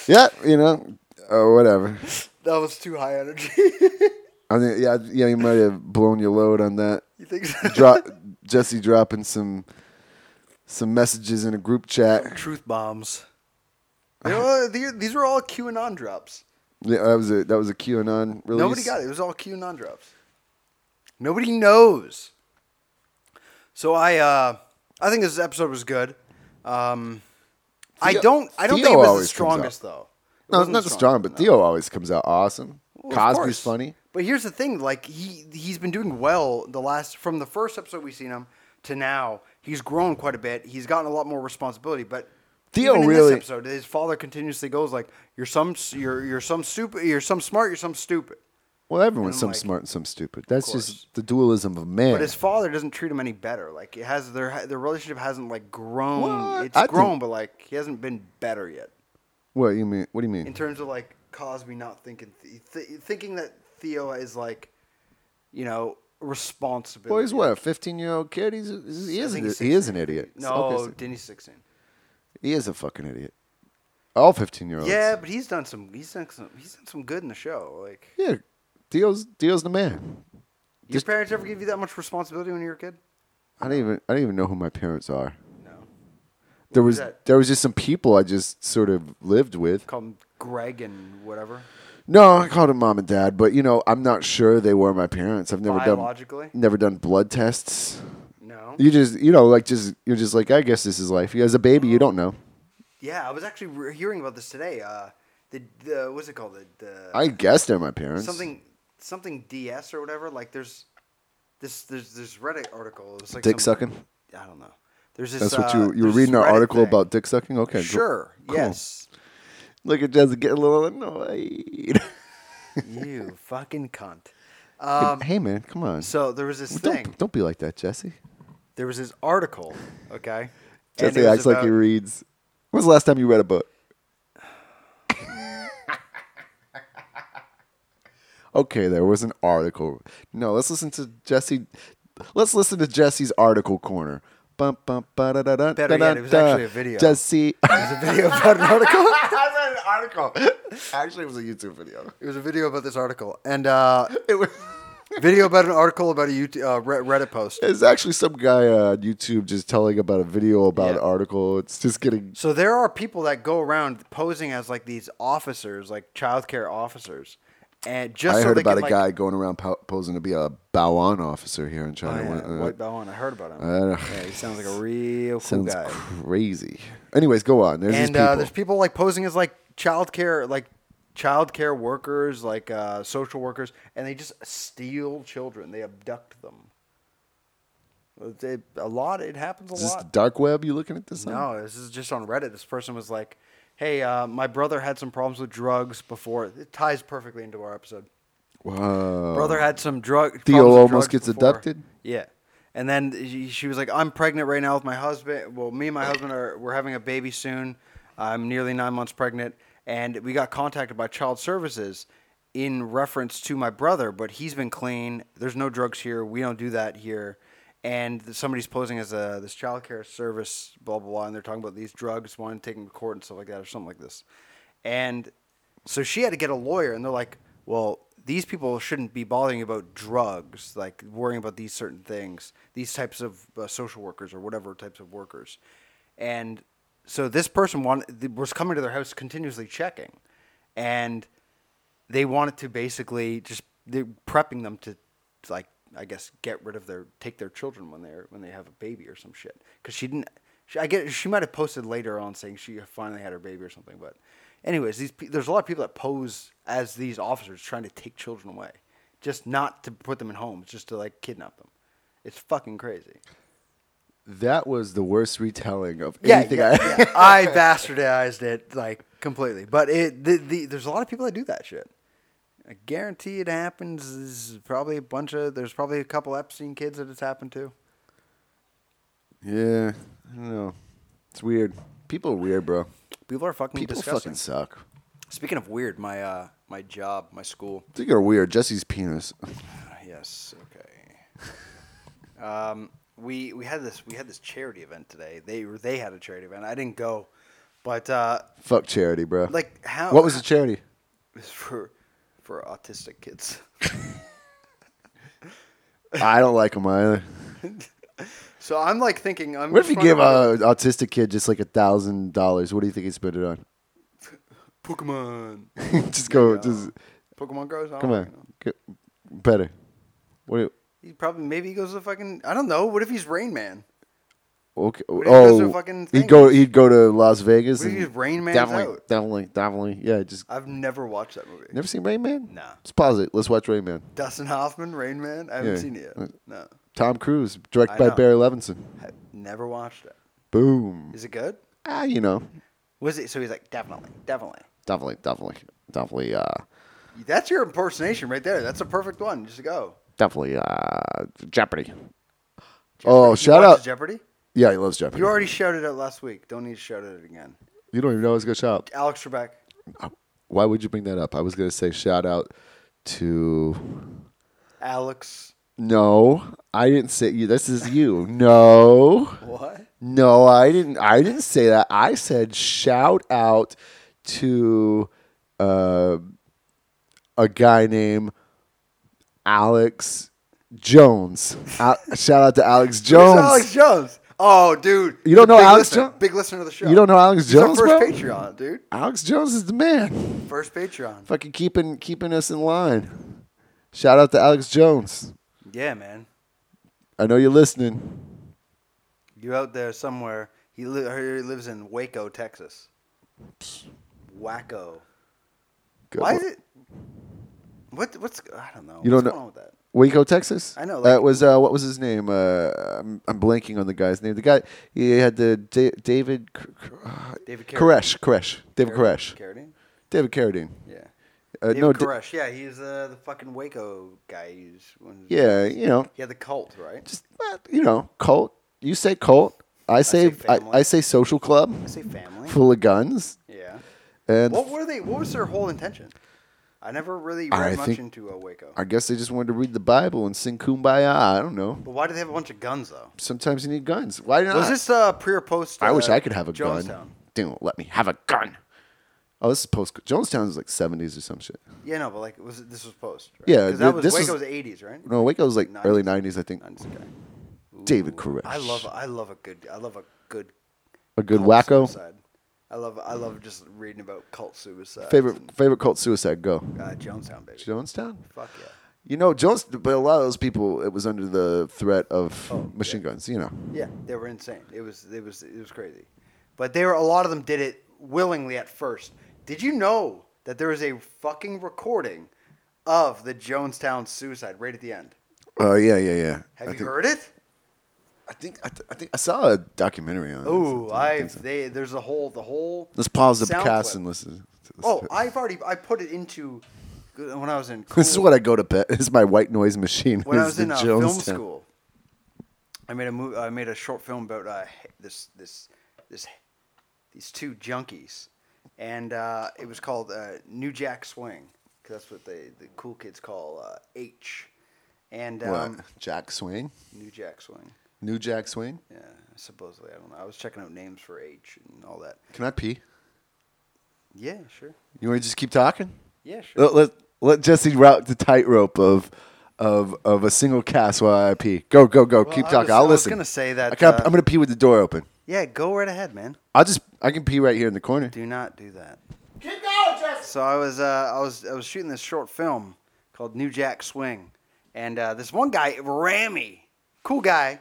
Speaker 2: Yeah, you know, or whatever.
Speaker 1: that was too high energy. (laughs)
Speaker 2: I think yeah, yeah, you might have blown your load on that.
Speaker 1: you think so?
Speaker 2: Drop (laughs) Jesse dropping some some messages in a group chat.
Speaker 1: truth (laughs) bombs? You know, the- these were all QAnon drops.
Speaker 2: Yeah, that was a that was a QAnon release.
Speaker 1: Nobody got it. It was all QAnon drops. Nobody knows. So I, uh, I think this episode was good. Um, I
Speaker 2: Theo-
Speaker 1: don't, I don't
Speaker 2: Theo
Speaker 1: think it was the
Speaker 2: always comes up.
Speaker 1: strongest though. It
Speaker 2: No, it's
Speaker 1: wasn't
Speaker 2: not strong, but
Speaker 1: no.
Speaker 2: Theo always comes out awesome.
Speaker 1: Well, of
Speaker 2: Cosby's
Speaker 1: course.
Speaker 2: funny.
Speaker 1: But here's the thing: like he he's been doing well the last from the first episode we've seen him to now. He's grown quite a bit. He's gotten a lot more responsibility. But
Speaker 2: Theo
Speaker 1: even in
Speaker 2: really-
Speaker 1: this episode, his father continuously goes like, "You're some, you're you're some stupid, you're some smart, you're some stupid."
Speaker 2: Well, everyone's some
Speaker 1: like,
Speaker 2: smart and some stupid. That's
Speaker 1: course.
Speaker 2: just the dualism of man.
Speaker 1: But his father doesn't treat him any better. Like it has their their relationship hasn't like grown.
Speaker 2: What?
Speaker 1: It's
Speaker 2: I think-
Speaker 1: grown, but like he hasn't been better yet
Speaker 2: what you mean? What do you mean?
Speaker 1: in terms of like Cosby not thinking th- th- thinking that Theo is like, you know, responsible.
Speaker 2: well, he's what a fifteen-year-old kid. He's, he's he is
Speaker 1: I
Speaker 2: an,
Speaker 1: think he's
Speaker 2: he is
Speaker 1: 16.
Speaker 2: an idiot.
Speaker 1: No,
Speaker 2: Okay, so-
Speaker 1: Denny's sixteen.
Speaker 2: he is a fucking idiot. All fifteen-year-olds.
Speaker 1: Yeah, but he's done some. He's done some. He's done some good in the show. Like
Speaker 2: yeah. Theo's Theo's the man.
Speaker 1: your
Speaker 2: Just-
Speaker 1: parents ever give you that much responsibility when you were a kid?
Speaker 2: I don't even I don't even know who my parents are.
Speaker 1: No.
Speaker 2: There
Speaker 1: was
Speaker 2: was
Speaker 1: that?
Speaker 2: there was just some people I just sort of lived with.
Speaker 1: Call him Greg and whatever.
Speaker 2: No, I called them mom and dad, but you know I'm not sure they were my parents. I've never
Speaker 1: Biologically?
Speaker 2: done never done blood tests.
Speaker 1: No.
Speaker 2: You just you know like just you're just like I guess this is life. As a baby, you don't know.
Speaker 1: Yeah, I was actually re- hearing about this today. Uh, the, the what's it called? The, the
Speaker 2: I guess they're my parents.
Speaker 1: something something DS or whatever. Like there's this there's this Reddit article. It's like
Speaker 2: Dick
Speaker 1: some-
Speaker 2: sucking?
Speaker 1: I don't know. There's this.
Speaker 2: That's what
Speaker 1: uh,
Speaker 2: you you were
Speaker 1: there's this
Speaker 2: reading our
Speaker 1: Reddit
Speaker 2: article
Speaker 1: thing.
Speaker 2: about dick sucking. Okay, cool.
Speaker 1: Sure.
Speaker 2: Cool.
Speaker 1: Yes.
Speaker 2: Look, it does get a little annoyed. (laughs)
Speaker 1: you fucking cunt. Um,
Speaker 2: hey man, come on.
Speaker 1: so there was this thing.
Speaker 2: don't don't be like that, Jesse.
Speaker 1: There was this article. Okay. and it
Speaker 2: (laughs) Jesse
Speaker 1: was
Speaker 2: acts like
Speaker 1: about-
Speaker 2: he reads. When was the last time you read a book? (sighs) okay, there was an article. No, let's listen to Jesse. Let's listen to Jesse's article corner. Bum, bum, ba-da-da-da,
Speaker 1: Better yet, it was
Speaker 2: da-da-da.
Speaker 1: actually a video.
Speaker 2: Jesse. I
Speaker 1: There's a video
Speaker 2: (laughs)
Speaker 1: about an article.
Speaker 2: read an article. Actually, it was a YouTube video.
Speaker 1: It was a video about this article and uh,
Speaker 2: (laughs) It was.
Speaker 1: (laughs) video about an article about a YouTube, uh, Re- Reddit post.
Speaker 2: It's actually some guy on YouTube just telling about a video about
Speaker 1: Yeah.
Speaker 2: an article. It's just getting
Speaker 1: So there are people that go around posing as like these officers, like childcare officers, and just
Speaker 2: I
Speaker 1: so
Speaker 2: heard
Speaker 1: they
Speaker 2: about
Speaker 1: can,
Speaker 2: a
Speaker 1: like,
Speaker 2: guy going around po- posing to be a Baoan officer here in
Speaker 1: Oh,
Speaker 2: China.
Speaker 1: yeah,
Speaker 2: One- uh,
Speaker 1: White Bell, and I heard about him.
Speaker 2: uh,
Speaker 1: yeah, he sounds like
Speaker 2: (sighs)
Speaker 1: a real cool
Speaker 2: sounds
Speaker 1: guy.
Speaker 2: crazy. Anyways, go on. There's these
Speaker 1: and
Speaker 2: people.
Speaker 1: uh, there's people like posing as like childcare, like childcare workers, like uh, social workers, and they just steal children. They abduct them. They, a lot. It happens a
Speaker 2: Is this
Speaker 1: lot.
Speaker 2: the dark web you looking at this? on?
Speaker 1: No, this is just on Reddit. This person was like, "Hey, uh, my brother had some problems with drugs before." It ties perfectly into our episode.
Speaker 2: Wow.
Speaker 1: Brother had some drug.
Speaker 2: Theo
Speaker 1: problems with
Speaker 2: almost
Speaker 1: drugs
Speaker 2: gets
Speaker 1: before.
Speaker 2: abducted?
Speaker 1: Yeah, and then she, she was like, "I'm pregnant right now with my husband. Well, me and my husband are we're having a baby soon. I'm nearly nine months pregnant." and we got contacted by Child Services in reference to my brother, but he's been clean. There's no drugs here. We don't do that here. And somebody's posing as a this child care service, blah blah blah, and they're talking about these drugs, wanting to take them to court and stuff like that, or something like this. And so she had to get a lawyer, and they're like, "Well, these people shouldn't be bothering about drugs, like worrying about these certain things, these types of uh, social workers or whatever types of workers." And so this person wanted, was coming to their house continuously checking, and they wanted to basically just they're prepping them to like I guess get rid of their take their children when they're when they have a baby or some shit because she didn't she, I get she might have posted later on saying she finally had her baby or something but anyways these pe- there's a lot of people that pose as these officers trying to take children away just not to put them in homes just to like kidnap them it's fucking crazy
Speaker 2: That was the worst retelling of
Speaker 1: yeah,
Speaker 2: anything
Speaker 1: yeah,
Speaker 2: I. (laughs)
Speaker 1: yeah. I bastardized it like completely. But it the, the, there's a lot of people that do that shit. I guarantee it happens. There's probably a bunch of there's probably a couple Epstein kids that it's happened to.
Speaker 2: yeah, I don't know. It's weird. People are weird, bro.
Speaker 1: People are fucking
Speaker 2: People
Speaker 1: disgusting.
Speaker 2: fucking suck.
Speaker 1: Speaking of weird, my uh my job, my school. Ah,
Speaker 2: I think are weird. Jesse's penis. (laughs)
Speaker 1: Yes. Okay. (laughs) um, we we had this we had this charity event today. They were they had a charity event. I didn't go, but uh, (laughs)
Speaker 2: Fuck charity, bro.
Speaker 1: Like, how-
Speaker 2: What was the
Speaker 1: (laughs)
Speaker 2: charity?
Speaker 1: it's for for autistic kids. (laughs)
Speaker 2: I don't like him either.
Speaker 1: So I'm like thinking, I'm
Speaker 2: What if you
Speaker 1: trying to
Speaker 2: give uh,
Speaker 1: find
Speaker 2: a autistic kid just like a thousand dollars? What do you think he spent it on? (laughs)
Speaker 1: Pokemon.
Speaker 2: just go,
Speaker 1: Yeah.
Speaker 2: just
Speaker 1: (laughs) Pokemon grows. I don't
Speaker 2: come on,
Speaker 1: fucking know.
Speaker 2: Get better. What? Do you,
Speaker 1: He probably maybe he goes to fucking I don't know. What if he's Rain Man?
Speaker 2: okay.
Speaker 1: What if he goes to
Speaker 2: Oh,
Speaker 1: fucking
Speaker 2: he'd
Speaker 1: thing?
Speaker 2: go. He'd go to Las Vegas.
Speaker 1: What if
Speaker 2: and
Speaker 1: he's Rain Man's
Speaker 2: definitely,
Speaker 1: out?
Speaker 2: definitely, definitely. Yeah, just
Speaker 1: I've never watched that movie.
Speaker 2: never seen Rain Man.
Speaker 1: Nah.
Speaker 2: Let's pause it. Let's watch Rain Man.
Speaker 1: Dustin Hoffman, Rain Man. I haven't
Speaker 2: Yeah. Uh.
Speaker 1: seen it yet. No,
Speaker 2: Tom Cruise, directed
Speaker 1: I
Speaker 2: by
Speaker 1: know.
Speaker 2: Barry Levinson.
Speaker 1: I've never watched it.
Speaker 2: Boom.
Speaker 1: Is it good?
Speaker 2: Ah, you know,
Speaker 1: Was it? So he's like definitely, definitely.
Speaker 2: definitely, definitely, definitely, uh,
Speaker 1: That's your impersonation right there. That's a perfect one. Just go.
Speaker 2: definitely, uh, Jeopardy. Oh,
Speaker 1: You
Speaker 2: shout
Speaker 1: watch
Speaker 2: out.
Speaker 1: Jeopardy.
Speaker 2: Yeah, he loves Jeopardy.
Speaker 1: You already shouted it last week. Don't need to shout it again.
Speaker 2: You don't even know I was gonna shout. out.
Speaker 1: Alex Trebek.
Speaker 2: Why would you bring that up? I was gonna say shout out to.
Speaker 1: Alex.
Speaker 2: No, I didn't say you. This is you. No,
Speaker 1: What?
Speaker 2: no, I didn't. I didn't say that. I said shout out to uh, a guy named Alex Jones. Al- shout out to Alex
Speaker 1: Who's
Speaker 2: Jones.
Speaker 1: Alex Jones. Oh, dude.
Speaker 2: You don't know
Speaker 1: Big
Speaker 2: Alex
Speaker 1: listener.
Speaker 2: Jones?
Speaker 1: Big listener to the show.
Speaker 2: You don't know Alex
Speaker 1: He's our
Speaker 2: Jones,
Speaker 1: first
Speaker 2: bro?
Speaker 1: Patreon, dude.
Speaker 2: Alex Jones is the man.
Speaker 1: First Patreon.
Speaker 2: fucking keeping keeping us in line. Shout out to Alex Jones.
Speaker 1: Yeah, man.
Speaker 2: I know you're listening.
Speaker 1: You out there somewhere? He, li- he lives in Waco, Texas. Wacko.
Speaker 2: Good
Speaker 1: Why
Speaker 2: one.
Speaker 1: is it? What? What's? I don't know.
Speaker 2: You
Speaker 1: what's
Speaker 2: don't know-
Speaker 1: going on with that?
Speaker 2: Waco, Texas.
Speaker 1: I know,
Speaker 2: that
Speaker 1: like-
Speaker 2: was uh, what was his name? Uh, I'm, I'm blanking on the guy's name. The guy he had the da- David K- K- uh,
Speaker 1: David
Speaker 2: Koresh, Koresh, David Koresh,
Speaker 1: Carradine.
Speaker 2: David Carradine.
Speaker 1: Yeah.
Speaker 2: Uh,
Speaker 1: David
Speaker 2: no, Da-
Speaker 1: Koresh. yeah, he's uh, the fucking Waco guy. He's one of-
Speaker 2: yeah, you know,
Speaker 1: He had the cult, right?
Speaker 2: just uh, you know, cult. You say cult. I say
Speaker 1: say
Speaker 2: I,
Speaker 1: family.
Speaker 2: I say social club
Speaker 1: I say family.
Speaker 2: full of guns
Speaker 1: Yeah.
Speaker 2: and
Speaker 1: What were they? What was their whole intention? I never really read
Speaker 2: I
Speaker 1: much
Speaker 2: think-
Speaker 1: into uh, Waco.
Speaker 2: I guess they just wanted to read the Bible and sing kumbaya. I don't know.
Speaker 1: But why do they have a bunch of guns though?
Speaker 2: Sometimes you need guns. Why not?
Speaker 1: Was this uh, pre or post?
Speaker 2: I wish
Speaker 1: uh,
Speaker 2: I could have a
Speaker 1: Jonestown?
Speaker 2: gun. Don't let me have a gun. Oh, this is post Jonestown is like seventies or some shit.
Speaker 1: Yeah, no, but like, was it, this was post? Right?
Speaker 2: Yeah,
Speaker 1: 'Cause that
Speaker 2: th-
Speaker 1: was
Speaker 2: this
Speaker 1: Waco
Speaker 2: was-
Speaker 1: was eighties, right?
Speaker 2: No, Waco was like
Speaker 1: Nineties.
Speaker 2: early nineties, I think.
Speaker 1: Nineties guy.
Speaker 2: David
Speaker 1: Ooh, I
Speaker 2: Koresh.
Speaker 1: love, I love a good, I love a good,
Speaker 2: A good
Speaker 1: cult
Speaker 2: wacko.
Speaker 1: Suicide. I love, I love just reading about cult suicide.
Speaker 2: Favorite favorite cult suicide go.
Speaker 1: uh, Jonestown, baby.
Speaker 2: Jonestown.
Speaker 1: Fuck yeah.
Speaker 2: You know Jones, but a lot of those people, it was under the threat of
Speaker 1: Oh,
Speaker 2: machine
Speaker 1: yeah.
Speaker 2: guns. You know.
Speaker 1: Yeah, they were insane. It was it was it was crazy. But they were a lot of them did it willingly at first. Did you know that there is a fucking recording of the Jonestown suicide right at the end?
Speaker 2: Oh yeah, yeah, yeah.
Speaker 1: Have
Speaker 2: I
Speaker 1: you
Speaker 2: think,
Speaker 1: heard it?
Speaker 2: I think I, th- I think I saw a documentary on. it.
Speaker 1: Ooh, I they there's a whole the whole
Speaker 2: Let's pause the
Speaker 1: sound
Speaker 2: cast
Speaker 1: clip.
Speaker 2: and listen. To this
Speaker 1: Oh, I've already I put it into when I was in
Speaker 2: (laughs) This is
Speaker 1: cool-
Speaker 2: what I go to bed. (laughs) This is my white noise machine.
Speaker 1: when I
Speaker 2: is
Speaker 1: was
Speaker 2: the
Speaker 1: in uh, film
Speaker 2: Jonestown.
Speaker 1: school, I made a movie. I made a short film about uh, h- this this this these two junkies and uh, it was called uh, New Jack Swing because that's what they, the cool kids call uh, H. And um,
Speaker 2: what? Jack Swing?
Speaker 1: New Jack Swing.
Speaker 2: New Jack Swing?
Speaker 1: Yeah, supposedly. I don't know. I was checking out names for H and all that.
Speaker 2: Can I pee?
Speaker 1: Yeah, sure.
Speaker 2: You want to just keep talking?
Speaker 1: Yeah, sure.
Speaker 2: Let, let, let Jesse route the tightrope of of of a single cast while I pee. Go go go.
Speaker 1: Well,
Speaker 2: Keep
Speaker 1: I
Speaker 2: talking.
Speaker 1: was-
Speaker 2: I'll
Speaker 1: I was
Speaker 2: listen.
Speaker 1: gonna say that,
Speaker 2: I can't-
Speaker 1: uh,
Speaker 2: I'm gonna pee with the door open.
Speaker 1: Yeah, go right ahead, man.
Speaker 2: I'll just I can pee right here in the corner.
Speaker 1: Do not do that.
Speaker 2: Keep going, Jesse.
Speaker 1: So I was uh, I was I was shooting this short film called New Jack Swing, and uh, this one guy Ramy, cool guy,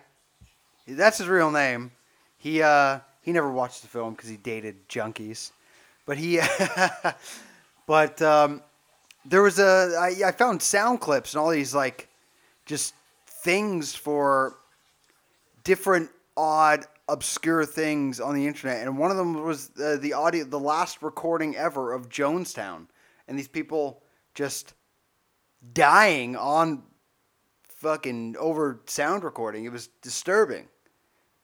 Speaker 1: that's his real name. He uh, he never watched the film because he dated junkies, but he (laughs) but um, there was a I, I found sound clips and all these like just things for different odd obscure things on the internet and one of them was uh, the audio the last recording ever of jonestown and these people just dying on fucking over sound recording it was disturbing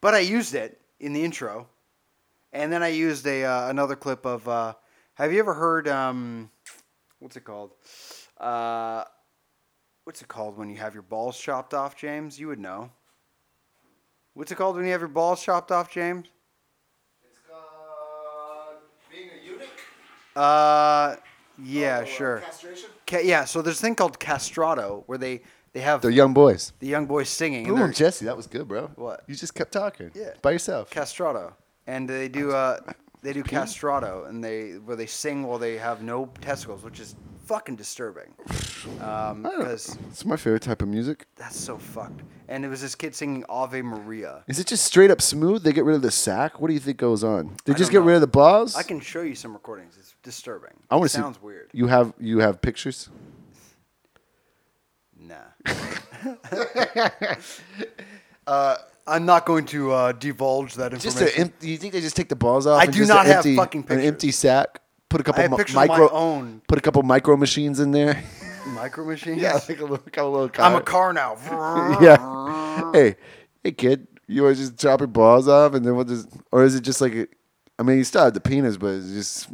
Speaker 1: but i used it in the intro and then i used a uh, another clip of uh, have you ever heard um, what's it called uh, what's it called when you have your balls chopped off james you would know What's it called when you have your balls chopped off, James?
Speaker 2: It's called being a eunuch. Oh,
Speaker 1: Uh, yeah, sure.
Speaker 2: Castration.
Speaker 1: Ca- yeah, so there's a thing called castrato where they they have
Speaker 2: They're young boys.
Speaker 1: the young boys singing.
Speaker 2: Boom,
Speaker 1: and they're-
Speaker 2: Jesse, that was good, bro.
Speaker 1: What?
Speaker 2: You just kept talking.
Speaker 1: Yeah.
Speaker 2: By yourself.
Speaker 1: castrato, and they do uh they do castrato, and they where they sing while they have no testicles, which is fucking disturbing. Um,
Speaker 2: I don't-
Speaker 1: because
Speaker 2: It's my favorite type of music.
Speaker 1: that's so fucked. And it was this kid singing Ave Maria.
Speaker 2: Is it just straight up smooth? They get rid of the sack. What do you think goes on? They
Speaker 1: I
Speaker 2: just get
Speaker 1: don't know.
Speaker 2: rid of the balls.
Speaker 1: I can show you some recordings. It's disturbing.
Speaker 2: I want
Speaker 1: It
Speaker 2: to see.
Speaker 1: Sounds weird.
Speaker 2: You have you have pictures. (laughs)
Speaker 1: Nah. (laughs) Uh, I'm not going to uh, divulge that
Speaker 2: Just
Speaker 1: information.
Speaker 2: a em- you think they just take the balls off?
Speaker 1: I
Speaker 2: and
Speaker 1: do
Speaker 2: just
Speaker 1: not
Speaker 2: a
Speaker 1: have
Speaker 2: empty,
Speaker 1: fucking
Speaker 2: An
Speaker 1: pictures.
Speaker 2: empty sack. Put a couple
Speaker 1: have
Speaker 2: mi-
Speaker 1: pictures of my
Speaker 2: micro
Speaker 1: own.
Speaker 2: Put a couple micro machines in
Speaker 1: (laughs)
Speaker 2: there. (laughs)
Speaker 1: micro machines.
Speaker 2: yeah, like a little, couple little car.
Speaker 1: I'm a car now.
Speaker 2: (laughs) yeah. Hey, hey, kid, you always just chop your balls off, and then we'll just, or is it just like, a, I mean, you still have the penis, but it's just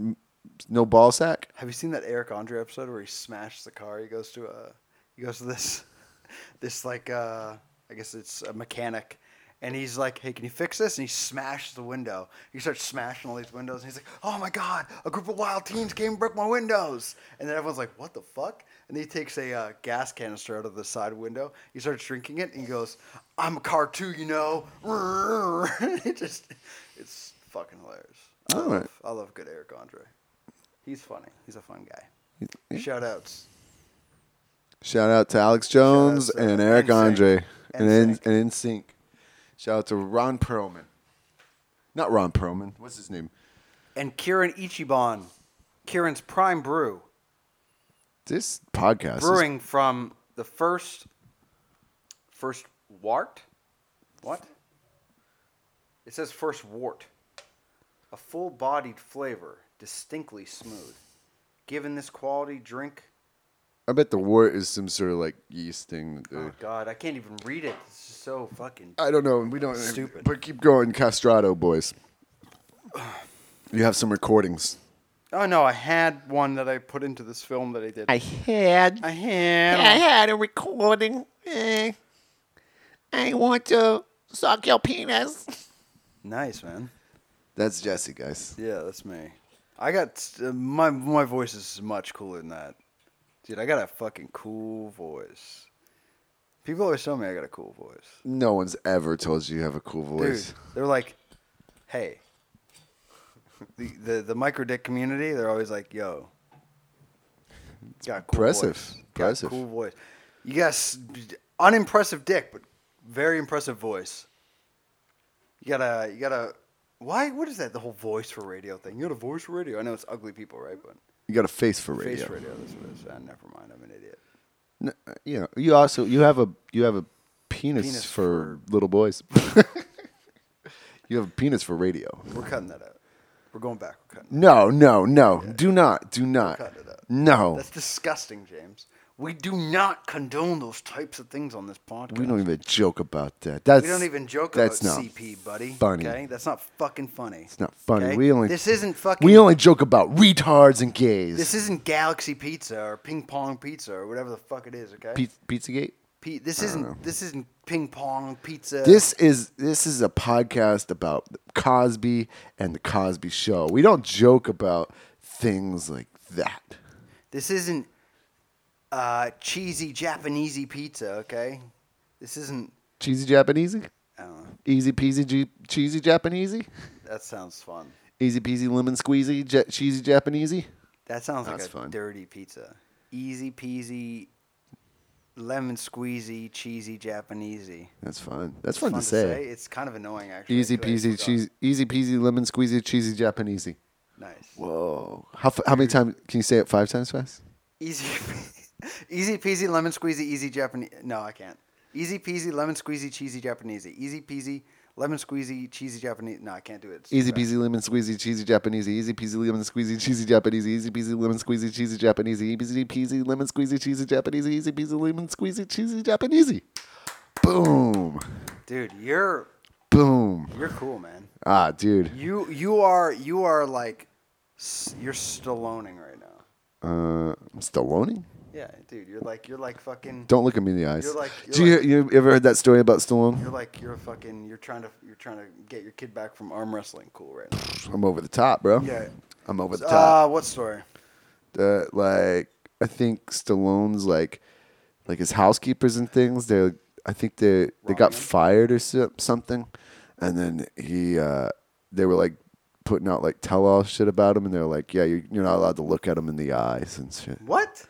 Speaker 2: no ball sack.
Speaker 1: Have you seen that Eric Andre episode where he smashes the car? He goes to a, he goes to this, (laughs) this like uh, I guess it's a mechanic, and he's like, "Hey, can you fix this?" And he smashes the window. He starts smashing all these windows, and he's like, "Oh my god, a group of wild teens came and broke my windows!" And then everyone's like, "What the fuck?" And he takes a uh, gas canister out of the side window. He starts drinking it, and he goes, "I'm a car too, you know." (laughs) it just, it's fucking hilarious. I
Speaker 2: All
Speaker 1: love,
Speaker 2: right.
Speaker 1: I love good Eric Andre. He's funny. He's a fun guy. Shout outs.
Speaker 2: Shout out to Alex Jones
Speaker 1: to
Speaker 2: and Eric
Speaker 1: NSYNC.
Speaker 2: Andre and in,
Speaker 1: NSYNC.
Speaker 2: and in sync. Shout out to Ron Perlman. Not Ron Perlman. What's his name?
Speaker 1: And Kieran Ichiban. Kieran's Prime Brew.
Speaker 2: This podcast. is-
Speaker 1: Brewing from the first first wart? What? It says first wart. A full bodied flavor, distinctly smooth. Given this quality drink
Speaker 2: I bet the wart is some sort of like yeast thing. That
Speaker 1: Oh god, I can't even read it. It's just so fucking
Speaker 2: I don't know. We don't.
Speaker 1: Stupid.
Speaker 2: But keep going, Castrato boys. You have some recordings.
Speaker 1: Oh no, I had one that I put into this film that I did.
Speaker 3: I had,
Speaker 1: I
Speaker 3: I
Speaker 2: (laughs)
Speaker 1: had
Speaker 3: had a recording. Eh, I want to suck your penis.
Speaker 1: Nice man.
Speaker 2: That's Jesse, guys.
Speaker 1: Yeah, that's me. I got s- uh, my my voice is much cooler than that, dude. I got a fucking cool voice. People always tell me I got a cool voice,
Speaker 2: No one's ever told you you have a cool voice.
Speaker 1: dude. They're like, hey, (laughs) the the, the micro dick community. They're always like, yo, got a cool
Speaker 2: impressive.
Speaker 1: voice. Got a
Speaker 2: Impressive.
Speaker 1: cool voice. You got s- unimpressive dick, but very impressive voice. You got a you got a why? What is that? The whole voice for radio thing. You got a voice for radio. I know it's ugly people, right? But
Speaker 2: You got a face for radio.
Speaker 1: Face radio. That's what it is. Ah, never mind. I'm an idiot.
Speaker 2: N- uh, you know, you also you have a you have a penis,
Speaker 1: Penis
Speaker 2: for, little boys. (laughs) you have a penis for radio.
Speaker 1: We're cutting that out. We're going back. We're cutting.
Speaker 2: No, no, no. Do not, do not.
Speaker 1: Cut it out.
Speaker 2: No,
Speaker 1: That's disgusting, James. We do not condone those types of things on this podcast.
Speaker 2: We don't even joke about that. That's
Speaker 1: We don't even joke about CP, buddy.
Speaker 2: funny.
Speaker 1: Okay, that's not fucking funny.
Speaker 2: It's not funny.
Speaker 1: okay?
Speaker 2: We only
Speaker 1: This isn't fucking.
Speaker 2: We only joke about retards and gays.
Speaker 1: This isn't Galaxy Pizza or Ping Pong Pizza or whatever the fuck it is. Okay.
Speaker 2: Pi- Pizzagate.
Speaker 1: Pe- this isn't. This isn't Ping Pong Pizza.
Speaker 2: This is this is a podcast about Cosby and the Cosby Show. We don't joke about things like that.
Speaker 1: This isn't uh, cheesy Japanesey pizza. Okay. This isn't.
Speaker 2: Cheesy Japanese,
Speaker 1: I don't know.
Speaker 2: easy peasy G- cheesy Japanese,
Speaker 1: That sounds fun.
Speaker 2: easy peasy lemon squeezy ja- cheesy Japanese.
Speaker 1: That sounds like
Speaker 2: That's
Speaker 1: a
Speaker 2: fun.
Speaker 1: dirty pizza. Easy peasy, lemon squeezy, cheesy Japanesey.
Speaker 2: That's fun. That's
Speaker 1: Fun
Speaker 2: fun, to, say.
Speaker 1: It's kind of annoying actually.
Speaker 2: Easy
Speaker 1: 'cause I
Speaker 2: peasy
Speaker 1: forgot.
Speaker 2: cheese, easy peasy lemon squeezy cheesy Japanese.
Speaker 1: Nice.
Speaker 2: Whoa! How f- how many times can you say it? Five times fast.
Speaker 1: Easy, (laughs) easy peasy lemon squeezy easy Japanese. No, I can't. Easy peasy lemon squeezy cheesy Japanese. Easy peasy lemon squeezy cheesy Japanese. No, I can't do it. It's
Speaker 2: Easy
Speaker 1: too
Speaker 2: peasy lemon squeezy cheesy Japanese. Easy peasy lemon squeezy cheesy Japanese. Easy peasy lemon squeezy cheesy Japanese. Easy peasy lemon squeezy cheesy Japanese. Easy peasy lemon squeezy cheesy Japanese. Boom,
Speaker 1: bad. dude, you're
Speaker 2: boom.
Speaker 1: you're cool, man.
Speaker 2: Ah, dude.
Speaker 1: You you are you are like s- you're Stalloning right now.
Speaker 2: Uh, Stallone.
Speaker 1: Yeah, dude, you're like you're like fucking.
Speaker 2: Don't look at me in the eyes.
Speaker 1: You're like-
Speaker 2: Do you,
Speaker 1: you're
Speaker 2: you ever heard that story about Stallone?
Speaker 1: You're like you're fucking. You're trying to you're trying to get your kid back from arm wrestling. Cool, right? Now.
Speaker 2: I'm over the top, bro.
Speaker 1: Yeah.
Speaker 2: I'm over the top.
Speaker 1: Uh, what story?
Speaker 2: uh, like I think Stallone's like like his housekeepers and things. They I think they they got
Speaker 1: Wrong.
Speaker 2: fired or so, something, and then he uh, they were like putting out like tell all shit about him, and they're like, yeah, you're, you're not allowed to look at him in the eyes and shit.
Speaker 1: What?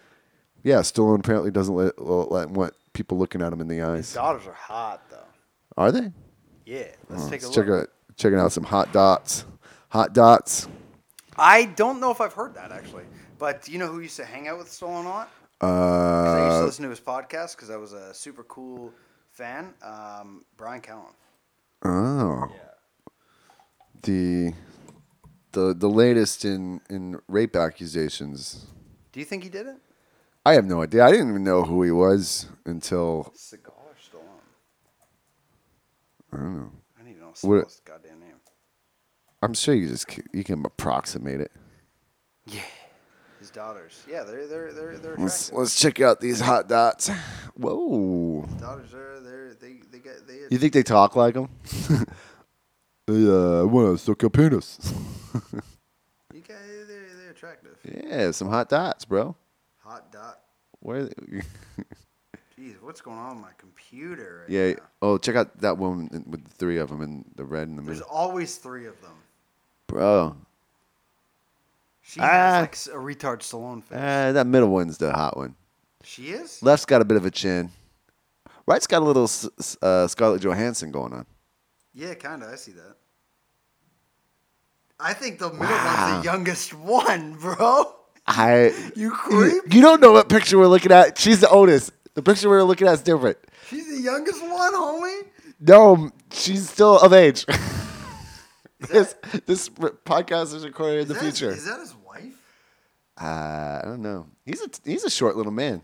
Speaker 2: Yeah, Stallone apparently doesn't let, let, let- want people looking at him in the
Speaker 1: His
Speaker 2: eyes.
Speaker 1: daughters are hot though.
Speaker 2: Are they?
Speaker 1: Yeah, let's take
Speaker 2: Mm, Let's
Speaker 1: a look.
Speaker 2: check out checking out some hot dots. Hot dots.
Speaker 1: I don't know if I've heard that actually, but do you know who used to hang out with Stolen a lot? 'Cause I used to
Speaker 2: Uh,
Speaker 1: listen to his podcast because I was a super cool fan. Um, Brian Callen.
Speaker 2: oh.
Speaker 1: Yeah.
Speaker 2: the the the latest in in rape accusations.
Speaker 1: Do you think he did it?
Speaker 2: I have no idea. I didn't even know who he was until
Speaker 1: Cigar Stolen.
Speaker 2: I don't know.
Speaker 1: I need to know
Speaker 2: What-
Speaker 1: Seagal's goddamn name.
Speaker 2: I'm sure you just c- you can approximate it.
Speaker 1: His daughters. Yeah, they're they're they're they're
Speaker 2: Let's
Speaker 1: attractive.
Speaker 2: let's check out these hot dots. Whoa!
Speaker 1: His daughters are they're they they got they.
Speaker 2: You think they talk like (laughs) him? yeah, I want to uh, suck your penis.
Speaker 1: you guys, they're, they're attractive.
Speaker 2: (laughs) yeah, some hot dots, bro.
Speaker 1: Hot dot.
Speaker 2: Where? Are they?
Speaker 1: Jeez, what's going on with my computer?
Speaker 2: (laughs)
Speaker 1: Right
Speaker 2: yeah.
Speaker 1: now?
Speaker 2: Oh, check out that one in- with the three of them and the red in the
Speaker 1: There's
Speaker 2: middle,
Speaker 1: always three of them.
Speaker 2: bro.
Speaker 1: She
Speaker 2: Ah.
Speaker 1: has like s- a retard Stallone face.
Speaker 2: Uh, that middle one's the hot one.
Speaker 1: she is.
Speaker 2: Left's got a bit of a chin. Right's got a little s- s- uh, Scarlett Johansson going on.
Speaker 1: Yeah, kind of. I see that. I think the middle
Speaker 2: Wow.
Speaker 1: one's the youngest one, (laughs) bro.
Speaker 2: I (laughs)
Speaker 1: You creep.
Speaker 2: You don't know what picture we're looking at. She's the oldest. The picture we're looking at is different.
Speaker 1: She's the youngest one, homie.
Speaker 2: No, she's still of age. (laughs) this this r- podcast is recorded in the
Speaker 1: Is that-
Speaker 2: future.
Speaker 1: Is that his wife?
Speaker 2: uh, I don't know. He's a he's a short little man.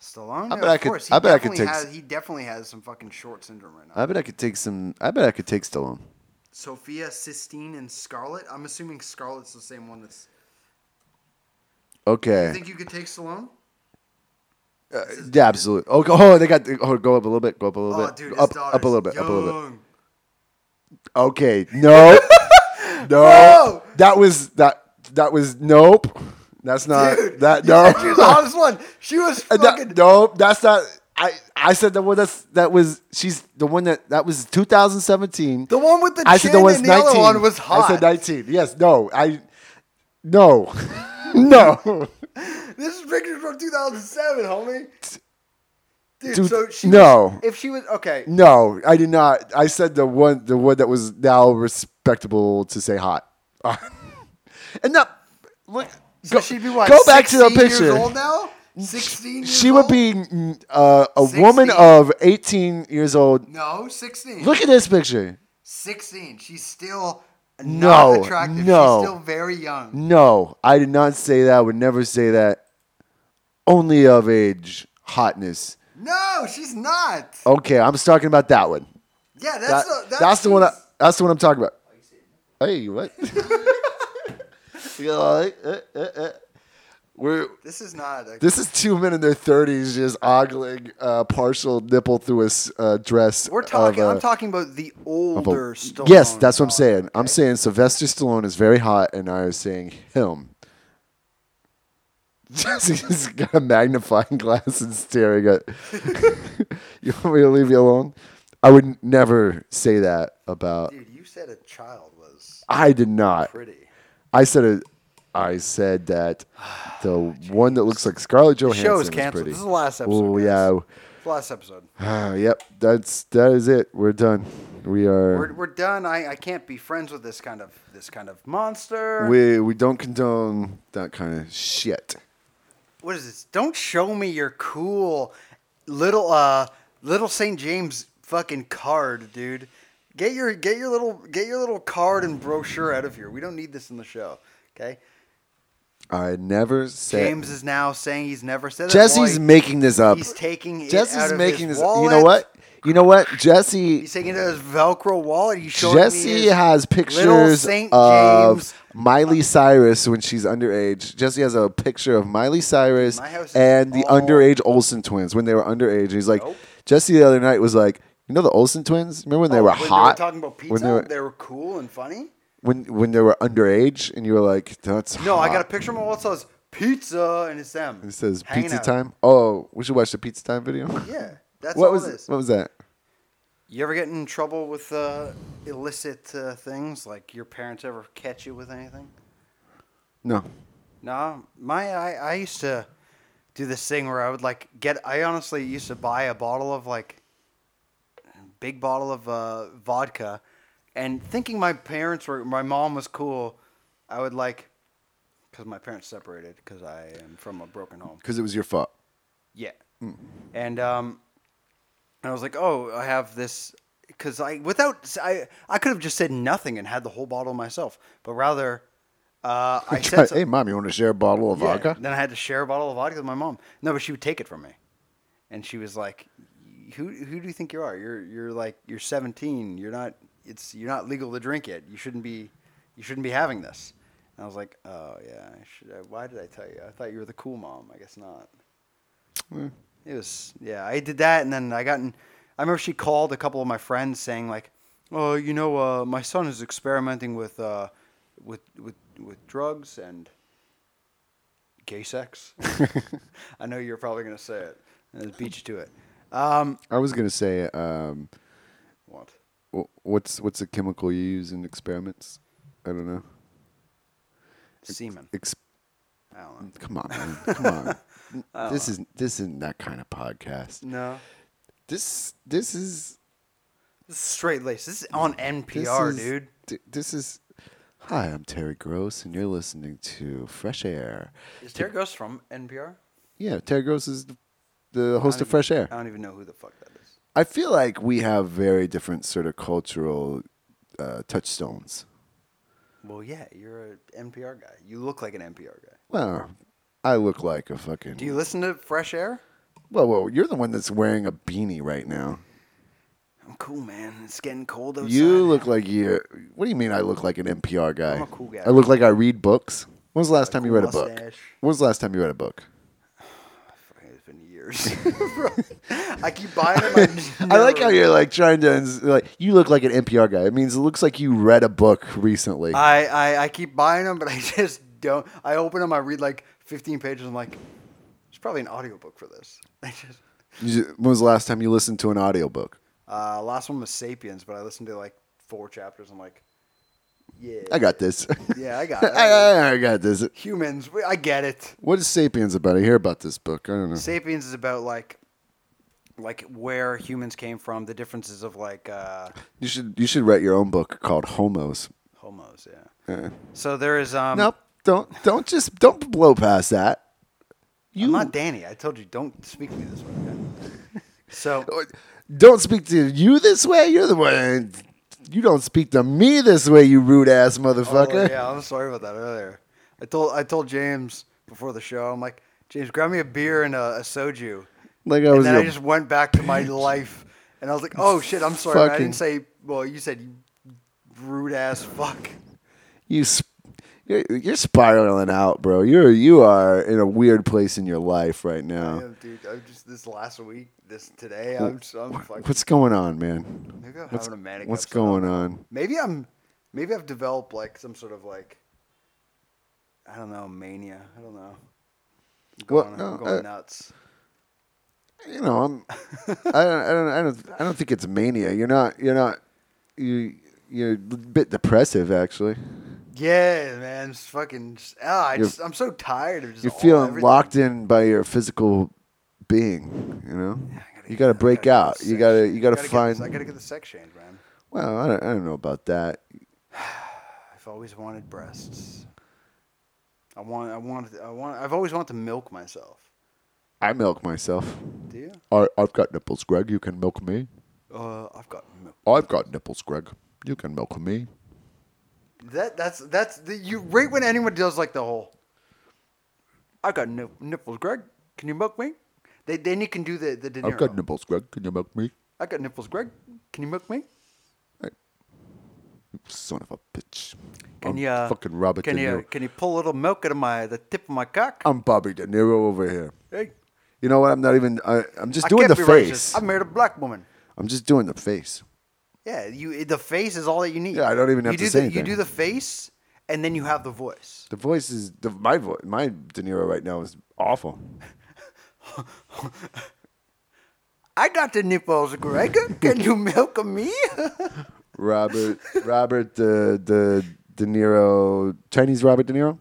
Speaker 1: Stallone.
Speaker 2: I
Speaker 1: Yeah,
Speaker 2: bet I
Speaker 1: of
Speaker 2: could-
Speaker 1: course.
Speaker 2: I bet I could
Speaker 1: definitely
Speaker 2: take
Speaker 1: Has,
Speaker 2: s-
Speaker 1: he definitely has some fucking short syndrome right now.
Speaker 2: I bet I could take some. I bet I could take Stallone.
Speaker 1: Sophia, Sistine, and Scarlett. I'm assuming Scarlett's the same one. That's. You
Speaker 2: Okay.
Speaker 1: think you could take Stallone?
Speaker 2: Uh, yeah, absolutely. Oh, go, oh, they got. Oh, go up a little bit. Go up a little
Speaker 1: Oh,
Speaker 2: bit.
Speaker 1: dude, his
Speaker 2: up,
Speaker 1: daughter's
Speaker 2: up a little bit. Up a little bit.
Speaker 1: young.
Speaker 2: Okay. No. no.
Speaker 1: (laughs) Bro!
Speaker 2: That was that. That was nope. That's not
Speaker 1: Dude,
Speaker 2: that.
Speaker 1: you (laughs)
Speaker 2: No.
Speaker 1: said She was the hottest one. She was
Speaker 2: Uh,
Speaker 1: fucking.
Speaker 2: Oh. (laughs) that- nope. That's not. I I said the one that's that was she's the one that that was 2017.
Speaker 1: The one with the
Speaker 2: I
Speaker 1: chin
Speaker 2: said the one's
Speaker 1: and the other
Speaker 2: 19.
Speaker 1: one was hot.
Speaker 2: I said 19. Yes. No. I. No. (laughs) no.
Speaker 1: This is pictures from 2007, homie. Dude,
Speaker 2: Dude,
Speaker 1: so she
Speaker 2: no.
Speaker 1: was- if she was okay,
Speaker 2: No. I did not. I said the one the one that was now respectable to say hot. (laughs) and that look.
Speaker 1: so she'd be what?
Speaker 2: go back to the
Speaker 1: 16 years
Speaker 2: picture.
Speaker 1: old now, 16. Years
Speaker 2: She would
Speaker 1: old?
Speaker 2: be mm, uh, a
Speaker 1: 16.
Speaker 2: woman of 18 years old.
Speaker 1: no 16.
Speaker 2: Look at this picture.
Speaker 1: 16. She's still
Speaker 2: No,
Speaker 1: not
Speaker 2: no.
Speaker 1: attractive. She's still very young.
Speaker 2: No, I did not say that. I would never say that. only of age hotness.
Speaker 1: No, she's not.
Speaker 2: Okay, I'm just talking about that one.
Speaker 1: Yeah, that's
Speaker 2: That,
Speaker 1: the,
Speaker 2: that's, the one. I, that's the one I'm talking about. Hey, what? (laughs) You're like, uh, uh, uh. We're
Speaker 1: this is not. A,
Speaker 2: this is two men in their 30s just ogling uh, partial nipple through a s- uh, dress.
Speaker 1: we're talking.
Speaker 2: Of, uh,
Speaker 1: I'm talking about the
Speaker 2: Well,
Speaker 1: older Stallone.
Speaker 2: Yes, that's what I'm
Speaker 1: daughter,
Speaker 2: saying. I'm
Speaker 1: okay?
Speaker 2: saying Sylvester Stallone is very hot, and I was saying him. (laughs) Jesse's got a magnifying glass and staring at. (laughs) you want me to leave you alone? I would never say that about.
Speaker 1: Dude, you said a child was
Speaker 2: I did not.
Speaker 1: pretty.
Speaker 2: I said it. I said
Speaker 1: (sighs)
Speaker 2: that the one that looks like Scarlett Johansson
Speaker 1: show is
Speaker 2: was
Speaker 1: canceled.
Speaker 2: pretty.
Speaker 1: This is the last episode,
Speaker 2: Oh
Speaker 1: guys.
Speaker 2: yeah.
Speaker 1: Last episode.
Speaker 2: Ah, yep. That's that is it. We're done. We are.
Speaker 1: We're, we're done. I, I can't be friends with this kind of this kind of monster.
Speaker 2: We we don't condone that kind of shit.
Speaker 1: what is this? Don't show me your cool little uh little St. James fucking card, dude. Get your get your little get your little card and brochure out of here. We don't need this in the show. Okay?
Speaker 2: I never said.
Speaker 1: James is now saying he's never said that.
Speaker 2: Jesse's
Speaker 1: Why?
Speaker 2: making this up.
Speaker 1: he's taking it out
Speaker 2: Jesse's
Speaker 1: of
Speaker 2: making
Speaker 1: his
Speaker 2: this.
Speaker 1: wallet.
Speaker 2: You know what? You know what? Jesse.
Speaker 1: He's taking it out of his Velcro wallet. He's showing me
Speaker 2: Jesse
Speaker 1: his
Speaker 2: has
Speaker 1: little
Speaker 2: pictures
Speaker 1: St.
Speaker 2: of
Speaker 1: James.
Speaker 2: Miley Cyrus when she's underage. Jesse has a picture of Miley Cyrus
Speaker 1: My house is
Speaker 2: and the
Speaker 1: all-
Speaker 2: underage Olsen twins when they were underage. He's like,
Speaker 1: Nope.
Speaker 2: Jesse the other night was like, you know the Olsen twins? Remember when they
Speaker 1: Oh,
Speaker 2: were
Speaker 1: when
Speaker 2: hot?
Speaker 1: They were talking about pizza.
Speaker 2: When they were,
Speaker 1: they were cool and funny.
Speaker 2: when, when they were underage, and you were like, that's
Speaker 1: No, I
Speaker 2: hot.
Speaker 1: got a picture of my wall that says pizza and it's them.
Speaker 2: It says
Speaker 1: hanging
Speaker 2: pizza
Speaker 1: out.
Speaker 2: time. Oh, we should watch the pizza time video.
Speaker 1: Yeah, that's
Speaker 2: what
Speaker 1: all
Speaker 2: was
Speaker 1: it is.
Speaker 2: what was that?
Speaker 1: You ever get in trouble with uh, illicit uh, things? Like your parents ever catch you with anything?
Speaker 2: No.
Speaker 1: No, my I, I used to do this thing where I would like get. I honestly used to buy a bottle of like big bottle of uh, vodka, and thinking my parents were my mom was cool. I would like because my parents separated because I am from a broken home.
Speaker 2: Because it was your fault.
Speaker 1: Yeah. And um, I was like, oh, I have this because I without I I could have just said nothing and had the whole bottle myself, but rather uh, I said so-
Speaker 2: hey mom, you want to share a bottle of
Speaker 1: yeah,
Speaker 2: vodka?
Speaker 1: Then I had to share a bottle of vodka with my mom. No, but she would take it from me, and she was like, "Who who do you think you are? You're you're like you're 17. You're not. It's you're not legal to drink it. You shouldn't be. You shouldn't be having this." And I was like, "Oh yeah. I should, I, why did I tell you? I thought you were the cool mom. I guess not."
Speaker 2: Hmm.
Speaker 1: It was yeah. I did that, and then I got in. I remember she called a couple of my friends saying like, "Oh, you know, uh, my son is experimenting with uh, with with with drugs and gay (laughs) sex." I know you're probably gonna say it. And it beat you to it. Um,
Speaker 2: I was gonna say, um,
Speaker 1: what?
Speaker 2: wh- what's what's a chemical you use in experiments? I don't know.
Speaker 1: Semen.
Speaker 2: Ex-
Speaker 1: I don't know.
Speaker 2: come on, man. come
Speaker 1: (laughs)
Speaker 2: on. this isn't this isn't that kind of podcast.
Speaker 1: No.
Speaker 2: This this is
Speaker 1: This is straight lace. This is on
Speaker 2: this
Speaker 1: NPR,
Speaker 2: is-
Speaker 1: dude.
Speaker 2: d- this is. Hi, I'm Terry Gross, and you're listening to Fresh Air.
Speaker 1: Is Terry Gross from NPR?
Speaker 2: Yeah, Terry Gross is the- the host of Fresh Air.
Speaker 1: I don't even know who the fuck that is.
Speaker 2: I feel like we have very different sort of cultural uh, touchstones.
Speaker 1: Well, yeah, you're a NPR guy. You look like an NPR guy.
Speaker 2: Well, I look like a fucking.
Speaker 1: Do you listen to Fresh Air?
Speaker 2: well, well, you're the one that's wearing a beanie right now.
Speaker 1: I'm cool, man. It's getting cold outside.
Speaker 2: You
Speaker 1: (laughs)
Speaker 2: look like you. What do you mean? I look like an NPR guy?
Speaker 1: I'm a cool guy.
Speaker 2: I look like I read books. When's the last time you
Speaker 1: cool
Speaker 2: read a book?
Speaker 1: mustache.
Speaker 2: When's the last time you read a
Speaker 1: (laughs)
Speaker 2: book?
Speaker 1: It's been years. (laughs) I keep buying them. (laughs) I,
Speaker 2: I like
Speaker 1: never-
Speaker 2: how you're like trying to like. You look like an NPR guy. It means it looks like you read a book recently.
Speaker 1: I, I I keep buying them, but I (laughs) just don't. I open them. I read like 15 pages. I'm like, there's probably an audiobook for this. (laughs) I just
Speaker 2: You- when was the last time you listened to an audiobook?
Speaker 1: uh, last one was Sapiens, but I listened to like four chapters. I'm like, yeah,
Speaker 2: I got this.
Speaker 1: yeah, I
Speaker 2: (laughs)
Speaker 1: got
Speaker 2: I,
Speaker 1: it.
Speaker 2: I, I got this.
Speaker 1: humans. we- I get it.
Speaker 2: What is Sapiens about? I hear about this book. I don't know.
Speaker 1: Sapiens is about like like where humans came from, the differences of like uh,
Speaker 2: You should you should write your own book called Homos.
Speaker 1: homos. Yeah.
Speaker 2: Uh,
Speaker 1: So there is um.
Speaker 2: nope, don't don't just don't blow past that. You
Speaker 1: I'm not Danny. I told you don't speak to me this way. okay? (laughs) So
Speaker 2: don't speak to you this way. You're the one. You don't speak to me this way. You rude ass
Speaker 1: Oh,
Speaker 2: motherfucker.
Speaker 1: yeah, I'm sorry about that earlier. I told I told James before the show. I'm like, James, grab me a beer and a, a soju.
Speaker 2: Like I
Speaker 1: And
Speaker 2: was
Speaker 1: then
Speaker 2: your
Speaker 1: I just went back to my life, and I was like, "Oh shit, I'm sorry. man. I
Speaker 2: Fucking-
Speaker 1: didn't say. Well, you said you rude ass fuck.
Speaker 2: you sp- you're, you're spiraling out, bro. You're you are in a weird place in your life right
Speaker 1: Yeah,
Speaker 2: now.
Speaker 1: dude, I'm just this last week, this today. I'm just, I'm fucking.
Speaker 2: What's going on, man?
Speaker 1: Maybe I'm
Speaker 2: What's,
Speaker 1: having a manic
Speaker 2: what's
Speaker 1: episode.
Speaker 2: going on?
Speaker 1: Maybe I'm. Maybe I've developed like some sort of like. I don't know mania. I don't know. I'm
Speaker 2: Well,
Speaker 1: going,
Speaker 2: no,
Speaker 1: I'm going
Speaker 2: uh,
Speaker 1: nuts.
Speaker 2: You know, I'm. I don't. I don't. I don't. I don't think it's mania. You're not. You're not. You. You're a bit depressive, actually.
Speaker 1: Yeah, man, it's fucking. Just, ah, I
Speaker 2: You're-
Speaker 1: just, I'm so tired of just.
Speaker 2: You're
Speaker 1: all-
Speaker 2: feeling
Speaker 1: everything.
Speaker 2: locked in by your physical being. You know.
Speaker 1: gotta
Speaker 2: You
Speaker 1: get-
Speaker 2: got to
Speaker 1: I
Speaker 2: break
Speaker 1: gotta get
Speaker 2: out.
Speaker 1: this
Speaker 2: You
Speaker 1: sex-
Speaker 2: got to. You got to
Speaker 1: gotta get
Speaker 2: find.
Speaker 1: this- I gotta get the sex change, man.
Speaker 2: Well, I don't, I don't know about that.
Speaker 1: I've always wanted breasts. I want. I want. I want. I've always wanted to milk myself.
Speaker 2: I milk myself.
Speaker 1: Do you?
Speaker 2: I, I've got nipples, Greg. You can milk me.
Speaker 1: Uh, I've got milk.
Speaker 2: I've got nipples, Greg. You can milk me.
Speaker 1: That that's that's the, you right when anyone does like the whole. I got nip, nipples, Greg. Can you milk me? They then you can do the the De Niro.
Speaker 2: I've got nipples, Greg. Can you milk me?
Speaker 1: I got nipples, Greg. Can you milk me?
Speaker 2: You son of a bitch.
Speaker 1: Can
Speaker 2: I'm
Speaker 1: you uh,
Speaker 2: fucking Robert
Speaker 1: Can
Speaker 2: De
Speaker 1: you
Speaker 2: Niro. Uh,
Speaker 1: can you pull a little milk out of my the tip of my cock?
Speaker 2: I'm Bobby De Niro over here.
Speaker 1: hey,
Speaker 2: You know what? I'm not even. I, I'm just
Speaker 1: I
Speaker 2: doing
Speaker 1: can't
Speaker 2: the
Speaker 1: be
Speaker 2: face.
Speaker 1: Racist. I married a black woman.
Speaker 2: I'm just doing the face.
Speaker 1: Yeah, you the face is all that you need.
Speaker 2: Yeah, I don't even have
Speaker 1: you
Speaker 2: to
Speaker 1: do
Speaker 2: say
Speaker 1: the,
Speaker 2: anything.
Speaker 1: You do the face, and then you have the voice.
Speaker 2: The voice is the, my voice. My De Niro right now is awful.
Speaker 1: I got the nipples, Greg. Can you milk me? (laughs)
Speaker 2: Robert Robert the the De Niro Chinese Robert De Niro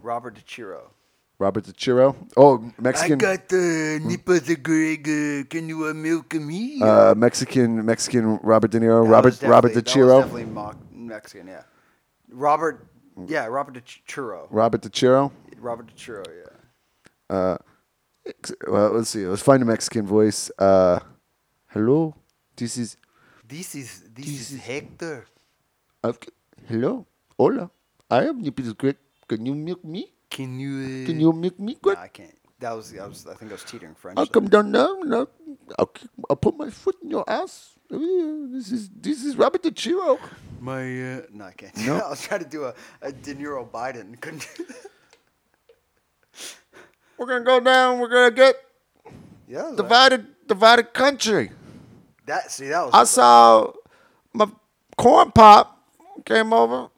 Speaker 1: Robert De Chiro.
Speaker 2: Robert De Chiro. Oh, Mexican.
Speaker 1: the nipples, Greg. Can you uh, milk me?
Speaker 2: uh, Mexican Mexican Robert De Niro,
Speaker 1: That was
Speaker 2: Robert
Speaker 1: definitely-
Speaker 2: Robert De
Speaker 1: that was
Speaker 2: Chiro,
Speaker 1: definitely mock Mexican, yeah. Robert, yeah, Robert De Ch- Chiro.
Speaker 2: Robert De Chiro.
Speaker 1: Robert De Chiro, yeah.
Speaker 2: Ex- Well, let's see. Let's find a Mexican voice. Uh, hello, this is.
Speaker 1: This is this is Hector.
Speaker 2: I've, g- hello, hola. I am Nipples Greg. Can you milk me?
Speaker 1: Can you? Uh,
Speaker 2: Can you milk me, Greg?
Speaker 1: Nah, I can't. That was I was I think I was teetering French.
Speaker 2: I'll
Speaker 1: there.
Speaker 2: come down now. and I'll, I'll, kick- I'll put my foot in your ass. Uh, This is this is Robert De Chiro.
Speaker 1: My uh, no, I can't.
Speaker 2: No?
Speaker 1: (laughs) I was trying to do a, a De Niro Biden. (laughs) Couldn't. do that.
Speaker 2: We're gonna go down. We're gonna get
Speaker 1: yeah. that-
Speaker 2: divided, divided country.
Speaker 1: That see that was.
Speaker 2: I saw my corn pop came over,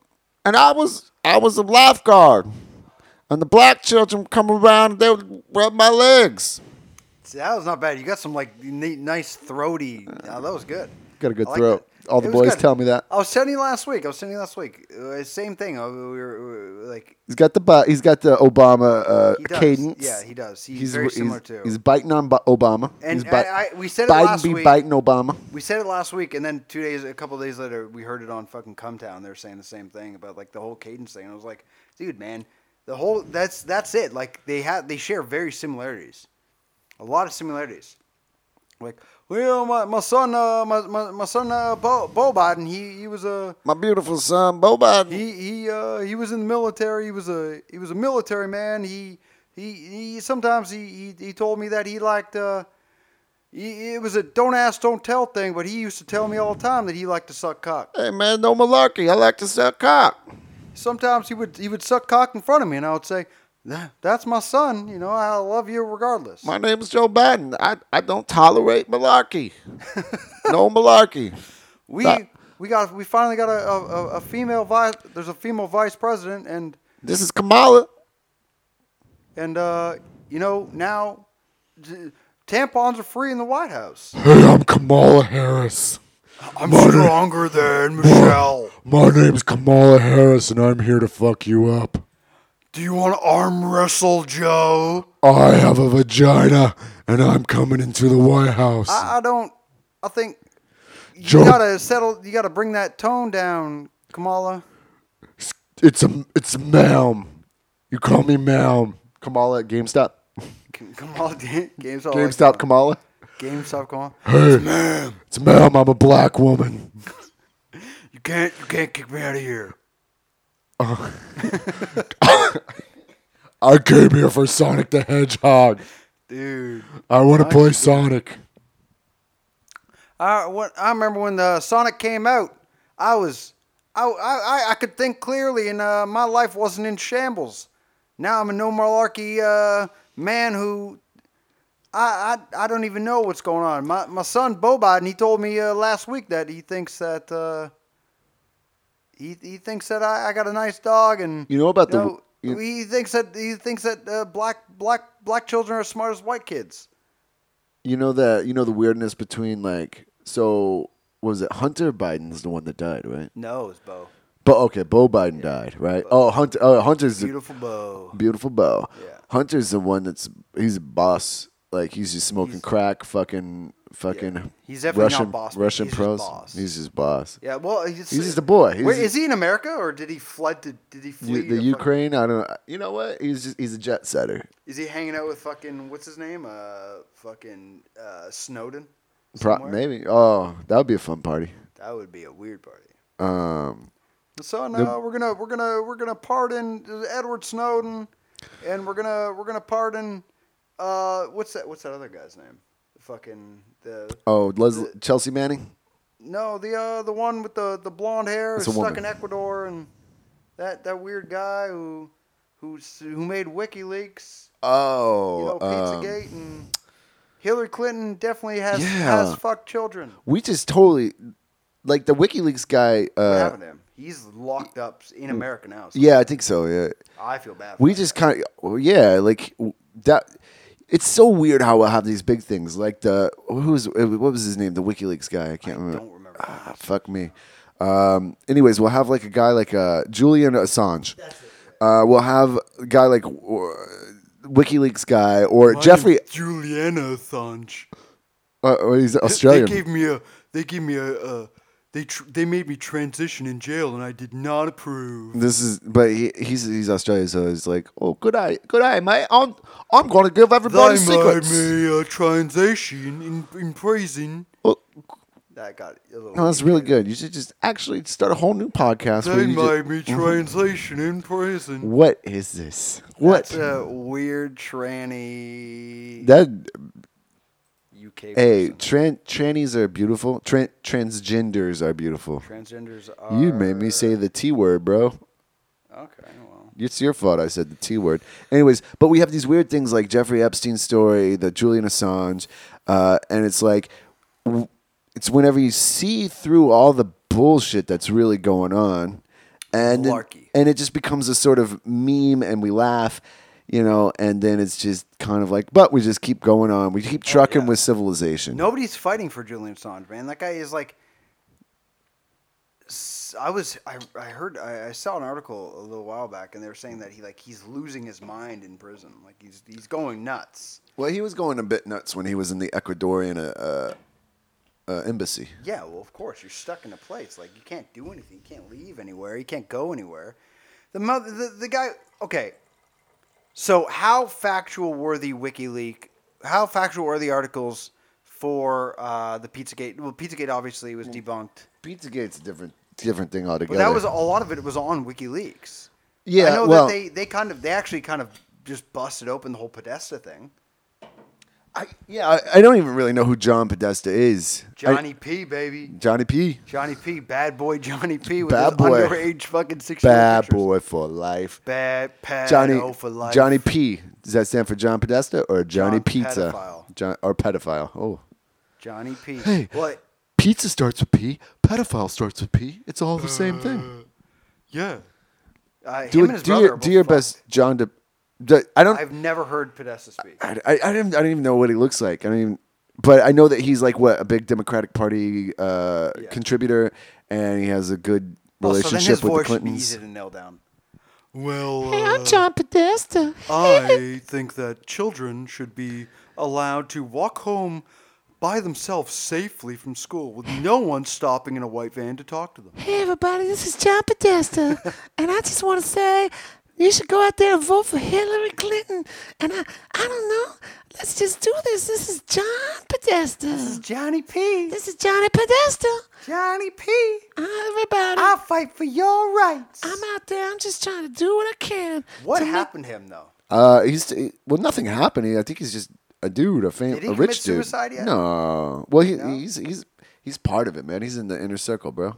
Speaker 2: and I was I was a lifeguard, and the black children come around. And they would rub my legs.
Speaker 1: see, that was not bad. You got some like ni- nice throaty. Yeah, that was good.
Speaker 2: Got a good
Speaker 1: I like
Speaker 2: throat.
Speaker 1: that.
Speaker 2: All the
Speaker 1: It was
Speaker 2: boys
Speaker 1: good.
Speaker 2: tell me that.
Speaker 1: I was telling you last week. I was telling you last week. Uh, same thing. Uh, we were, we were, like
Speaker 2: He's got the bu- he's got the Obama uh,
Speaker 1: He does.
Speaker 2: cadence.
Speaker 1: Yeah, he does. He's very similar to-
Speaker 2: He's biting on Bi- Obama.
Speaker 1: And
Speaker 2: he's bi-
Speaker 1: I- I- we said it
Speaker 2: Biden
Speaker 1: last
Speaker 2: be
Speaker 1: week.
Speaker 2: biting Obama.
Speaker 1: we said it last week, and then two days, a couple days later, we heard it on fucking Cumtown. They were saying the same thing about like the whole cadence thing. And I was like, dude, man, the whole that's that's it. Like they have they share very similarities, a lot of similarities. Like, well, my, my son, uh, my, my, my son, uh, Bo, Bo Biden, he he was a
Speaker 2: My beautiful son, Bo Biden.
Speaker 1: he he uh, he was in the military. He was a he was a military man. He he, he sometimes he, he he told me that he liked. Uh, he, it was a don't ask, don't tell thing, but he used to tell me all the time that he liked to suck cock.
Speaker 2: hey man, no malarkey. I like to suck cock.
Speaker 1: Sometimes he would he would suck cock in front of me, and I would say, "That- "That's my son. You know, I love you regardless."
Speaker 2: My name is Joe Biden. I, I don't tolerate malarkey.
Speaker 1: (laughs)
Speaker 2: no malarkey.
Speaker 1: we
Speaker 2: that-
Speaker 1: we got we finally got a, a, a- a female vice. There's a female vice president, and
Speaker 2: This is Kamala.
Speaker 1: and uh, you know now, j- tampons are free in the White House.
Speaker 2: Hey, I'm Kamala Harris.
Speaker 1: I'm stronger than Michelle.
Speaker 2: My name's Kamala Harris, and I'm here to fuck you up.
Speaker 1: Do you want to arm wrestle, Joe?
Speaker 2: I have a vagina, and I'm coming into the White House.
Speaker 1: I, I don't. I think you
Speaker 2: Joe-
Speaker 1: gotta settle. You gotta bring that tone down, Kamala.
Speaker 2: it's a it's a ma'am. You call me ma'am. Kamala at GameStop.
Speaker 1: K- Kamala, (laughs) Ga- GameStop. I like
Speaker 2: GameStop Kamala.
Speaker 1: that. GameStop, Kamala.
Speaker 2: Hey, It's ma'am. I'm a black woman.
Speaker 1: You can't. You can't kick me out of here.
Speaker 2: I came here for Sonic the Hedgehog.
Speaker 1: dude.
Speaker 2: I want to play Sonic.
Speaker 1: I when, I remember when the Sonic came out. I was I I, I- I could think clearly, and uh, my life wasn't in shambles. Now I'm a no malarkey uh, man who I, I I don't even know what's going on. My my son Bo Biden, he told me uh, last week that he thinks that uh, he he thinks that I, I got a nice dog and
Speaker 2: You know about the-
Speaker 1: know,
Speaker 2: you-
Speaker 1: he thinks that he thinks that uh, black black black children are as smart as white kids.
Speaker 2: You know that you know the weirdness between like so was it Hunter Biden's the one that died, right?
Speaker 1: No, it's Bo.
Speaker 2: But okay, Bo Biden died, right? Oh, Hunter. Oh, Hunter's the-
Speaker 1: Beautiful Bo.
Speaker 2: beautiful Bo.
Speaker 1: Yeah.
Speaker 2: Hunter's the one that's he's a boss. Like he's just smoking crack, fucking, fucking.
Speaker 1: He's definitely not
Speaker 2: Russian,
Speaker 1: boss, but
Speaker 2: Russian
Speaker 1: he's just
Speaker 2: pros.
Speaker 1: boss.
Speaker 2: He's just boss.
Speaker 1: Yeah, well, he's,
Speaker 2: He's just a boy. He's
Speaker 1: Where,
Speaker 2: just-
Speaker 1: is he in America or did he flood? To, did he
Speaker 2: You-
Speaker 1: flee? to
Speaker 2: the
Speaker 1: fuck-
Speaker 2: Ukraine, I don't. You know what? He's just he's a jet setter.
Speaker 1: is he hanging out with fucking what's his name? Uh, fucking uh, Snowden.
Speaker 2: Pro-
Speaker 1: somewhere?
Speaker 2: maybe. Oh, that would be a fun party.
Speaker 1: That would be a weird party.
Speaker 2: Um,
Speaker 1: So no, we're gonna we're gonna we're gonna pardon Edward Snowden, and we're gonna we're gonna pardon uh what's that what's that other guy's name? The fucking the
Speaker 2: oh, Leslie, Chelsea Manning.
Speaker 1: no the uh the one with the the blonde hair
Speaker 2: It's a
Speaker 1: stuck
Speaker 2: woman.
Speaker 1: in Ecuador and that that weird guy who who who made WikiLeaks.
Speaker 2: Oh,
Speaker 1: you know,
Speaker 2: um,
Speaker 1: Pizzagate and Hillary Clinton definitely has
Speaker 2: Yeah.
Speaker 1: has fucked children.
Speaker 2: we just totally like the WikiLeaks guy.
Speaker 1: What
Speaker 2: Uh, Mm,
Speaker 1: happened to him? He's locked up in America now. So
Speaker 2: yeah, I think so. Yeah,
Speaker 1: I feel bad. For
Speaker 2: we
Speaker 1: him.
Speaker 2: just kind of well, yeah, like w- that. It's so weird how we'll have these big things like the who was eh, what was his name? The WikiLeaks guy. I can't remember.
Speaker 1: don't remember.
Speaker 2: Ah, fuck me. Um, anyways, we'll have like a guy like uh, Julian Assange. Uh, we'll have a guy like uh, WikiLeaks guy or Jeffrey.
Speaker 1: Juliana Assange.
Speaker 2: Uh, oh, he's
Speaker 1: (laughs) They
Speaker 2: Australian.
Speaker 1: gave me a. They gave me a. Uh, they tr- they made me transition in jail, and I did not approve.
Speaker 2: This is, but he, he's he's Australian, so he's like, oh, good eye, good eye, mate. I'm I'm gonna give everybody
Speaker 1: They made
Speaker 2: secrets.
Speaker 1: me a transition in, in prison.
Speaker 2: Well,
Speaker 1: That got a little.
Speaker 2: no, Oh, that's really good. You should just actually start a whole new podcast. Where
Speaker 1: They
Speaker 2: you Mm-hmm.
Speaker 1: made
Speaker 2: just,
Speaker 1: me translation in prison.
Speaker 2: what is this? What
Speaker 1: That's a weird tranny.
Speaker 2: that?
Speaker 1: UK.
Speaker 2: Hey, tran, trannies are beautiful. Tran, transgenders are beautiful.
Speaker 1: Transgenders are.
Speaker 2: You made me say the T word, bro.
Speaker 1: Okay, well.
Speaker 2: It's your fault I said the T word. Anyways, but we have these weird things like Jeffrey Epstein's story, the Julian Assange, uh, and it's like, w- it's whenever you see through all the bullshit that's really going on, and
Speaker 1: Malarkey.
Speaker 2: and it just becomes a sort of meme, and we laugh, you know, and then it's just kind of like, but we just keep going on. We
Speaker 1: Oh,
Speaker 2: keep trucking with civilization.
Speaker 1: Nobody's fighting for Julian Assange, man. That guy is like. s- I was I, I heard I, I saw an article a little while back and they were saying that he like he's losing his mind in prison like he's he's going nuts
Speaker 2: Well, he was going a bit nuts when he was in the Ecuadorian uh, uh, uh, embassy.
Speaker 1: yeah well of course you're stuck in a place like you can't do anything you can't leave anywhere you can't go anywhere the mother the, the guy okay so how factual were the WikiLeaks how factual were the articles for uh, the Pizzagate well Pizzagate obviously was debunked
Speaker 2: Pizzagate's a different different thing
Speaker 1: But
Speaker 2: altogether.
Speaker 1: that was a lot of it was on WikiLeaks.
Speaker 2: Yeah,
Speaker 1: I know
Speaker 2: well-
Speaker 1: that they, they kind of they actually kind of just busted open the whole Podesta thing.
Speaker 2: I, yeah, I, I don't even really know who John Podesta is. I-
Speaker 1: Johnny P, baby.
Speaker 2: Johnny P.
Speaker 1: Johnny P, bad boy Johnny P with
Speaker 2: Bad
Speaker 1: his
Speaker 2: boy.
Speaker 1: underage fucking sixteen.
Speaker 2: Bad boy for life.
Speaker 1: Bad pad
Speaker 2: Johnny
Speaker 1: for life.
Speaker 2: Johnny P. Does that stand for John Podesta or Johnny
Speaker 1: John
Speaker 2: Pizza?
Speaker 1: Pedophile.
Speaker 2: John or pedophile. Oh,
Speaker 1: Johnny P.
Speaker 2: Hey.
Speaker 1: What?
Speaker 2: pizza starts with P. Pedophile starts with P. It's all the same thing.
Speaker 1: Yeah. Uh,
Speaker 2: Do
Speaker 1: him
Speaker 2: it.
Speaker 1: and his
Speaker 2: do
Speaker 1: brother
Speaker 2: your,
Speaker 1: are
Speaker 2: do
Speaker 1: both
Speaker 2: your
Speaker 1: fucked.
Speaker 2: best, John. De, de- I don't.
Speaker 1: I've never heard Podesta speak.
Speaker 2: I, I, I didn't. I don't even know what he looks like. I don't even. But I know that he's like what a big Democratic Party uh,
Speaker 1: Yeah.
Speaker 2: contributor, and he has a good
Speaker 1: Also, then his
Speaker 2: relationship with the
Speaker 1: voice should be
Speaker 2: Clintons.
Speaker 1: easy to nail down. Well, uh,
Speaker 3: I'm John Podesta.
Speaker 1: I think that children should be allowed to walk home by themselves safely from school with no one stopping in a white van to talk to them.
Speaker 3: Hey, everybody, this is John Podesta. and I just want to say you should go out there and vote for Hillary Clinton. And I, I don't know. Let's just do this. This is John Podesta.
Speaker 1: Johnny P.
Speaker 3: This is Johnny Podesta.
Speaker 1: Johnny P.
Speaker 3: Hi, everybody.
Speaker 1: I fight for your rights.
Speaker 3: I'm out there. I'm just trying to do what I can.
Speaker 1: What
Speaker 3: to make-
Speaker 1: happened to him, though?
Speaker 2: Uh, he's well, nothing happened. He- I think he's just a dude, a fam-
Speaker 1: Did he
Speaker 2: a
Speaker 1: commit
Speaker 2: rich dude.
Speaker 1: suicide yet?
Speaker 2: No. Well, he, he's he's he's part of it, man. He's in the inner circle, bro.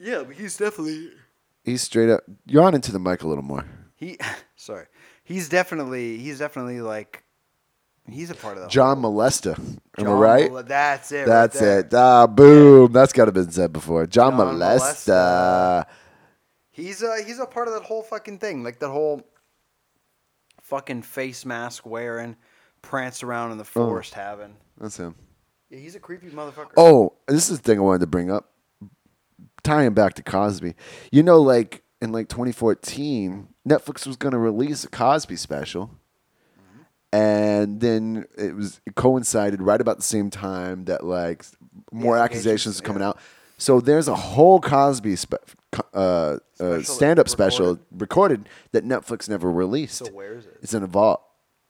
Speaker 1: Yeah, but he's definitely
Speaker 2: He's straight up. You're on into the mic a little more.
Speaker 1: he. (laughs) Sorry, he's definitely he's definitely like he's a part of the
Speaker 2: John Molesta. Am I
Speaker 1: Oh. John
Speaker 2: right?
Speaker 1: Mole- That's it. right
Speaker 2: That's
Speaker 1: there.
Speaker 2: it. Ah, boom. That's got to been said before. John,
Speaker 1: John
Speaker 2: Molesta.
Speaker 1: He's uh he's a part of that whole fucking thing, like that whole fucking face mask wearing, prance around in the
Speaker 2: Mm.
Speaker 1: forest having.
Speaker 2: That's him.
Speaker 1: Yeah, he's a creepy motherfucker.
Speaker 2: Oh, this is the thing I wanted to bring up. Tying back to Cosby, you know, like in like 2014, Netflix was going to release a Cosby special, and then it was it coincided right about the same time that like more
Speaker 1: The
Speaker 2: accusations
Speaker 1: allegations,
Speaker 2: were coming
Speaker 1: yeah.
Speaker 2: out. So there's a whole Cosby spe- co- uh, uh,
Speaker 1: Special
Speaker 2: stand-up special
Speaker 1: recorded.
Speaker 2: recorded that Netflix never released.
Speaker 1: So where is it?
Speaker 2: It's in the vault.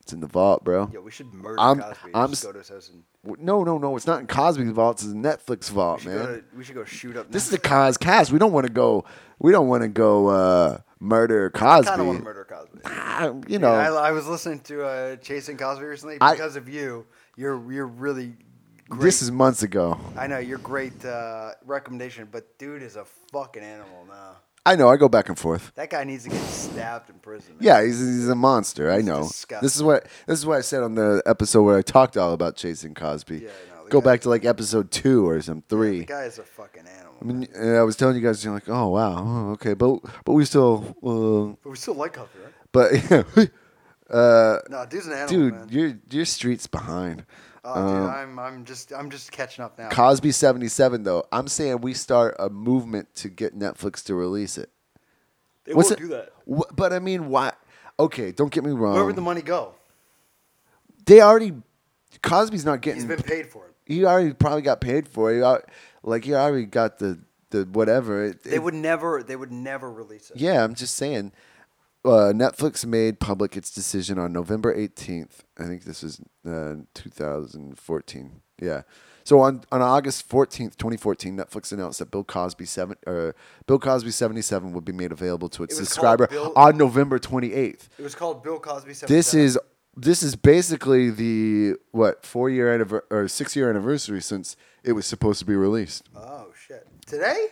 Speaker 2: It's in the vault, bro.
Speaker 1: Yeah, we should murder
Speaker 2: I'm-
Speaker 1: Cosby.
Speaker 2: I'm
Speaker 1: I'm, just
Speaker 2: s-
Speaker 1: go to his house and
Speaker 2: W- No, no, no. It's not in Cosby's vault. It's in Netflix
Speaker 1: we
Speaker 2: vault,
Speaker 1: should,
Speaker 2: man.
Speaker 1: go, to, we should go shoot up.
Speaker 2: This is a Cos cast. We don't want to go. We don't want to go uh, murder Cosby.
Speaker 1: kind of want to murder
Speaker 2: (laughs)
Speaker 1: Cosby.
Speaker 2: Ah, you
Speaker 1: Dude,
Speaker 2: know,
Speaker 1: I, I was listening to uh, Chasing Cosby recently
Speaker 2: I-
Speaker 1: because of you. You're you're really great.
Speaker 2: this is months ago.
Speaker 1: I know your great uh, recommendation, but dude is a fucking animal now.
Speaker 2: I know. I go back and forth.
Speaker 1: That guy needs to get stabbed in prison. man.
Speaker 2: Yeah, he's, he's a monster. I
Speaker 1: He's
Speaker 2: know.
Speaker 1: disgusting.
Speaker 2: This is what this is what I said on the episode where I talked all about chasing Cosby.
Speaker 1: Yeah, I know. The
Speaker 2: go
Speaker 1: guy-
Speaker 2: back to like episode two or some three.
Speaker 1: The guy is a fucking animal.
Speaker 2: I, mean, and I was telling you guys, you're like, oh wow, oh, okay, but but we still, uh,
Speaker 1: But we still like Cosby, right?
Speaker 2: but (laughs) uh,
Speaker 1: No, dude's an animal,
Speaker 2: dude, um,
Speaker 1: man.
Speaker 2: your your streets behind.
Speaker 1: Oh, dude, I'm I'm just I'm just catching up now.
Speaker 2: Cosby 77, though, I'm saying we start a movement to get Netflix to release it.
Speaker 1: they
Speaker 2: what's
Speaker 1: won't
Speaker 2: it- Um,
Speaker 1: do that.
Speaker 2: Wh- but I mean, why? Okay, don't get me wrong.
Speaker 1: Where would the money go?
Speaker 2: they already, Cosby's not
Speaker 1: He's
Speaker 2: getting,
Speaker 1: been paid for it.
Speaker 2: he already probably got paid for it. He al- Like, he already got the, the whatever. It,
Speaker 1: They
Speaker 2: it-
Speaker 1: would never they would never release it.
Speaker 2: Yeah, I'm just saying. Uh, Netflix made public its decision on November 18th. I think this is uh, 2014. Yeah. So on, on August 14th, 2014, Netflix announced that Bill Cosby seven uh, Bill Cosby 77 would be made available to its
Speaker 1: It was
Speaker 2: subscriber
Speaker 1: called Bill-
Speaker 2: on November 28th.
Speaker 1: It was called Bill Cosby. 77.
Speaker 2: This is this is basically the what four year anniver- or six year anniversary since it was supposed to be released
Speaker 1: oh shit today.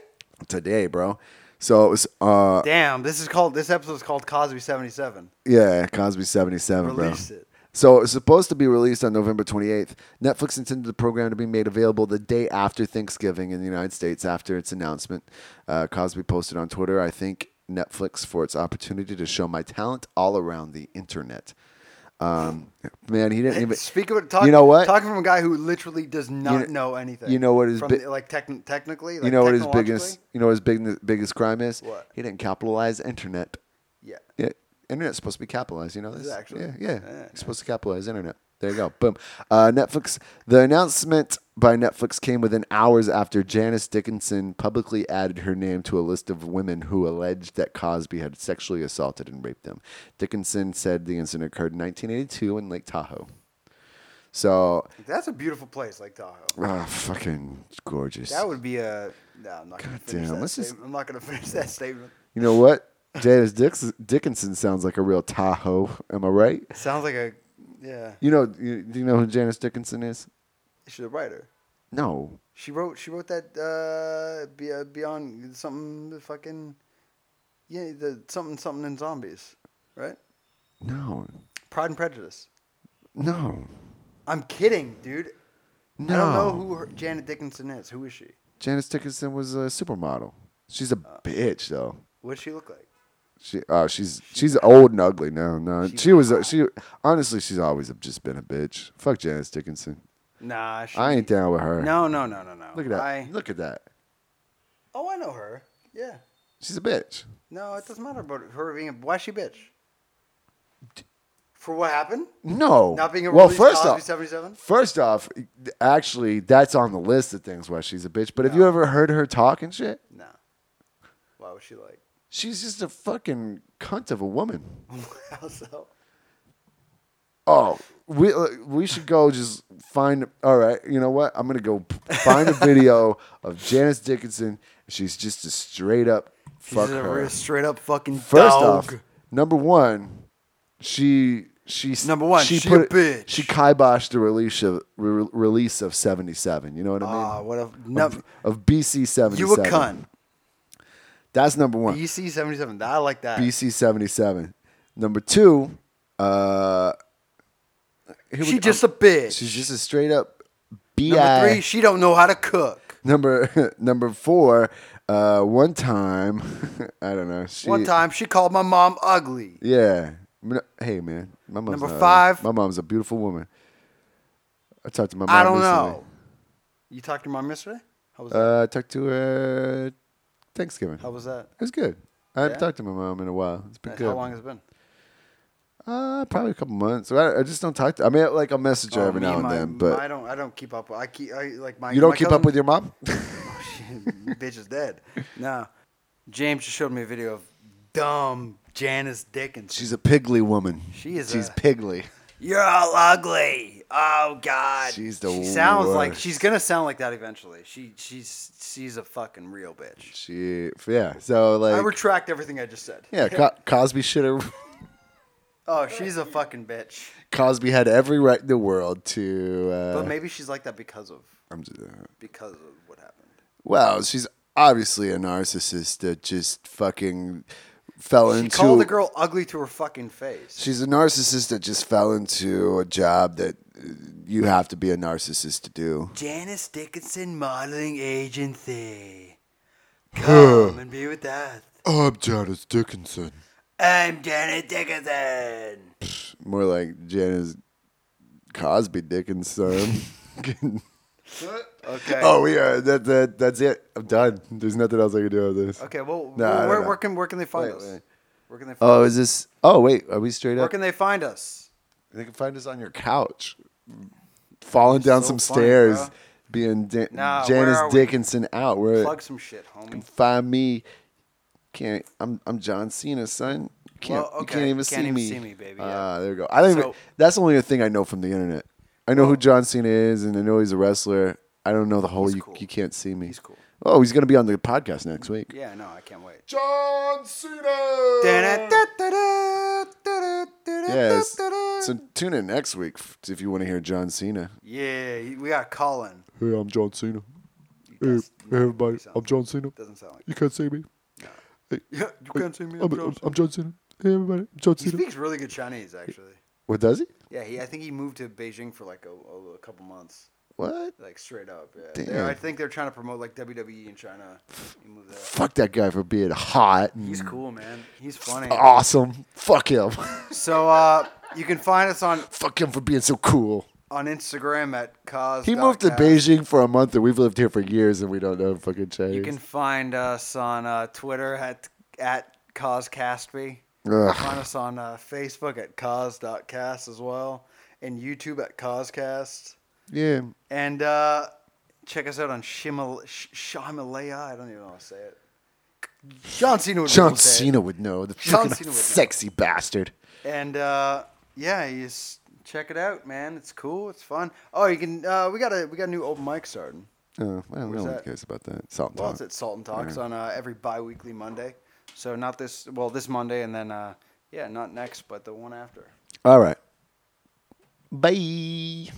Speaker 2: today, bro. So it was uh,
Speaker 1: Damn, this is called this episode is called Cosby 77.
Speaker 2: Yeah, Cosby 77,
Speaker 1: Released
Speaker 2: bro.
Speaker 1: it.
Speaker 2: So it was supposed to be released on November 28th. Netflix intended the program to be made available the day after Thanksgiving in the United States after its announcement. Uh, Cosby posted on Twitter, I thank Netflix for its opportunity to show my talent all around the internet. Um, man, he didn't even
Speaker 1: Speak of it, talk,
Speaker 2: you know what?
Speaker 1: Talking from a guy who literally does not
Speaker 2: kn-
Speaker 1: know anything.
Speaker 2: you know what is
Speaker 1: from
Speaker 2: bi-
Speaker 1: the- like techn technically. Like
Speaker 2: you know what his
Speaker 1: technologically?
Speaker 2: biggest you know what his big, biggest crime is?
Speaker 1: What?
Speaker 2: He didn't capitalize internet.
Speaker 1: Yeah.
Speaker 2: Yeah, internet's supposed to be capitalized. You know this?
Speaker 1: it actually?
Speaker 2: Yeah, yeah.
Speaker 1: Yeah,
Speaker 2: It's supposed to capitalize internet. There you go. Boom. Uh, Netflix. The announcement by Netflix came within hours after Janice Dickinson publicly added her name to a list of women who alleged that Cosby had sexually assaulted and raped them. Dickinson said the incident occurred in 1982 in Lake Tahoe. So,
Speaker 1: That's a beautiful place, like Tahoe.
Speaker 2: ah, fucking gorgeous.
Speaker 1: That would be a. No, I'm not gonna finish
Speaker 2: damn,
Speaker 1: that.
Speaker 2: let's just-
Speaker 1: statement. I'm not gonna (laughs) finish that statement.
Speaker 2: you know what? Janice Dix- Dickinson sounds like a real Tahoe. Am I right?
Speaker 1: Sounds like a. Yeah,
Speaker 2: You know, you, do you know who Janice Dickinson is?
Speaker 1: she's a writer.
Speaker 2: No.
Speaker 1: She wrote. She wrote that. Uh, be, uh, beyond something. The fucking. Yeah, the something something in zombies, right?
Speaker 2: No.
Speaker 1: Pride and Prejudice.
Speaker 2: No.
Speaker 1: I'm kidding, dude.
Speaker 2: No.
Speaker 1: I don't know who her, Janet Dickinson is. Who is she?
Speaker 2: Janice Dickinson was a supermodel. She's a
Speaker 1: Uh,
Speaker 2: bitch though.
Speaker 1: What does she look like?
Speaker 2: She oh she's she's old and ugly now. No.
Speaker 1: She's
Speaker 2: She was a, she honestly she's always just been a bitch. Fuck Janice Dickinson.
Speaker 1: Nah, she,
Speaker 2: I ain't down with her.
Speaker 1: No, no, no, no, no.
Speaker 2: Look at that.
Speaker 1: I,
Speaker 2: Look at that.
Speaker 1: oh, I know her. Yeah.
Speaker 2: She's a bitch.
Speaker 1: No, it doesn't matter about her being. A, why is she a bitch? For what happened?
Speaker 2: No.
Speaker 1: Not being a
Speaker 2: well,
Speaker 1: released
Speaker 2: first
Speaker 1: Cosby
Speaker 2: off,
Speaker 1: 77?
Speaker 2: First off, actually, that's on the list of things why she's a bitch. But have you ever heard her talk and shit?
Speaker 1: Nah. Why was she like? (laughs)
Speaker 2: She's just a fucking cunt of a woman.
Speaker 1: How so?
Speaker 2: Oh, we uh, we should go just find. All right, you know what? I'm gonna go find a video of Janice Dickinson. She's just a straight up fuck
Speaker 1: She's a
Speaker 2: her.
Speaker 1: real straight up fucking
Speaker 2: First
Speaker 1: dog.
Speaker 2: off, number one, she she
Speaker 1: Number one, she a bitch.
Speaker 2: she kiboshed the release of re- release of seventy seven. You know what I mean?
Speaker 1: Ah, what a no,
Speaker 2: of, of BC seventy seven.
Speaker 1: you a cunt.
Speaker 2: That's number one.
Speaker 1: BC seventy seven. I like that.
Speaker 2: BC seventy seven. Number two, uh, here we
Speaker 1: she
Speaker 2: go.
Speaker 1: just a bitch.
Speaker 2: she's just a straight up bi.
Speaker 1: Number three, she don't know how to cook.
Speaker 2: number (laughs) number four. Uh, one time, (laughs) I don't know. She,
Speaker 1: One time, she called my mom ugly.
Speaker 2: Yeah. No- Hey man, my mom's
Speaker 1: Number
Speaker 2: not-
Speaker 1: five.
Speaker 2: My mom's a beautiful woman. I talked to my mom.
Speaker 1: I don't
Speaker 2: recently.
Speaker 1: know. You talked to your mom yesterday? How was that?
Speaker 2: Uh, I talked to her Thanksgiving.
Speaker 1: How was that?
Speaker 2: it was good. I haven't
Speaker 1: Yeah?
Speaker 2: talked to my mom in a while. It's been good.
Speaker 1: How long has it been?
Speaker 2: Uh, probably a couple months. I, I just don't talk to. I mean, like I'll message her
Speaker 1: Oh,
Speaker 2: every
Speaker 1: me
Speaker 2: now
Speaker 1: and
Speaker 2: and
Speaker 1: my-
Speaker 2: then,
Speaker 1: I
Speaker 2: but
Speaker 1: don't. I don't keep up. I keep. I like my.
Speaker 2: you don't
Speaker 1: my
Speaker 2: keep
Speaker 1: cousin,
Speaker 2: up with your
Speaker 1: (laughs)
Speaker 2: mom.
Speaker 1: bitch is
Speaker 2: (laughs)
Speaker 1: dead. No, James just showed me a video of dumb Janice Dickens.
Speaker 2: She's a pigly woman.
Speaker 1: She is
Speaker 2: She's
Speaker 1: a-
Speaker 2: pigly.
Speaker 1: You're all ugly. Oh God.
Speaker 2: She's the
Speaker 1: She sounds like
Speaker 2: worst.
Speaker 1: she's gonna sound like that eventually. She she's she's a fucking real bitch.
Speaker 2: She yeah. So like
Speaker 1: I retract everything I just said.
Speaker 2: yeah, Co- Cosby should have.
Speaker 1: Oh, she's a fucking bitch.
Speaker 2: Cosby had every right in the world to. Uh,
Speaker 1: But maybe she's like that because of
Speaker 2: I'm just- uh,
Speaker 1: because of what happened.
Speaker 2: Well, she's obviously a narcissist that just fucking fell
Speaker 1: She
Speaker 2: into.
Speaker 1: called the girl ugly to her fucking face.
Speaker 2: She's a narcissist that just fell into a job that uh, you have to be a narcissist to do.
Speaker 1: Janice Dickinson Modeling Agency. Come and be with us.
Speaker 2: I'm Janice Dickinson.
Speaker 1: I'm Janice Dickinson.
Speaker 2: More like Janice Cosby
Speaker 1: (laughs)
Speaker 2: Dickinson. (laughs)
Speaker 1: Okay.
Speaker 2: oh, we are. That, that, that's it. I'm done. There's nothing else I can do with this.
Speaker 1: Okay. Well,
Speaker 2: Nah, I don't
Speaker 1: where,
Speaker 2: know.
Speaker 1: where can where can they find
Speaker 2: Wait,
Speaker 1: us?
Speaker 2: wait.
Speaker 1: Where can they find
Speaker 2: Oh,
Speaker 1: us?
Speaker 2: is this? Oh, wait. Are we straight
Speaker 1: Where
Speaker 2: up?
Speaker 1: can they find us?
Speaker 2: They can find us on your couch, falling down
Speaker 1: so
Speaker 2: some
Speaker 1: funny,
Speaker 2: stairs,
Speaker 1: bro.
Speaker 2: being da-
Speaker 1: Nah, where
Speaker 2: Janice
Speaker 1: are we?
Speaker 2: Dickinson out. Where
Speaker 1: Plug some shit, homie.
Speaker 2: find me? Can't I'm I'm John Cena, son. You Can't
Speaker 1: Well,
Speaker 2: you
Speaker 1: okay,
Speaker 2: can't even
Speaker 1: you can't
Speaker 2: see
Speaker 1: even
Speaker 2: me?
Speaker 1: see me, baby, yeah.
Speaker 2: Ah, there we go. I don't even.
Speaker 1: So-
Speaker 2: That's the only thing I know from the internet. I know who John Cena is, and I know he's a wrestler. I don't know the whole. You,
Speaker 1: cool.
Speaker 2: you can't see me.
Speaker 1: He's cool.
Speaker 2: Oh, he's gonna be on the podcast next week.
Speaker 1: Yeah. No, I
Speaker 2: (laughs)
Speaker 1: can't wait.
Speaker 2: John Cena. (laughs) Yes. So tune in next week f- if you want to hear John Cena.
Speaker 1: Yeah, we got Colin.
Speaker 2: Hey, I'm John Cena. Hey,
Speaker 1: That's-
Speaker 2: hey, everybody,
Speaker 1: sounds-
Speaker 2: I'm John Cena.
Speaker 1: Doesn't sound like.
Speaker 2: You can't see me.
Speaker 1: Yeah, (laughs) you can't see me.
Speaker 2: I'm, I'm, I'm John Cena. Hey, everybody, I'm John
Speaker 1: He
Speaker 2: Cena.
Speaker 1: speaks really good Chinese, actually.
Speaker 2: What does he?
Speaker 1: Yeah, he. I think he moved to Beijing for like a, a, a couple months,
Speaker 2: What?
Speaker 1: like straight up. Yeah. They're-
Speaker 2: Damn.
Speaker 1: I think they're trying to promote like WWE in China. He moved there.
Speaker 2: Fuck that guy for being hot. And
Speaker 1: He's cool, man.
Speaker 2: (laughs)
Speaker 1: He's funny.
Speaker 2: Ah. Awesome. Fuck him. (laughs)
Speaker 1: So uh, you can find us on
Speaker 2: Fuck him for being so cool.
Speaker 1: on Instagram at cause.
Speaker 2: He moved to Beijing for a month, and we've lived here for years, and we don't know fucking Chinese.
Speaker 1: You can find us on uh, Twitter at at causecastby.
Speaker 2: Ugh.
Speaker 1: Find us on uh, Facebook at cause.cast as well, and YouTube at causecast.
Speaker 2: yeah.
Speaker 1: And uh, check us out on Shimal Sh- Shimalaya. I don't even know how to say it. John Cena. would be able
Speaker 2: John
Speaker 1: to say it.
Speaker 2: Cena would know. The
Speaker 1: John
Speaker 2: fucking
Speaker 1: Cena would know.
Speaker 2: sexy bastard.
Speaker 1: And uh, yeah, you just check it out, man. It's cool. It's fun. Oh, you can. Uh, we got a we got a new open mic starting.
Speaker 2: Oh, well, no one
Speaker 1: that?
Speaker 2: cares about that. Salt and
Speaker 1: Well,
Speaker 2: talk.
Speaker 1: it's at Salt and Talks on uh, every bi-weekly Monday. So not this, well, this Monday, and then uh, yeah, not next, but the one after.
Speaker 2: All right. Bye.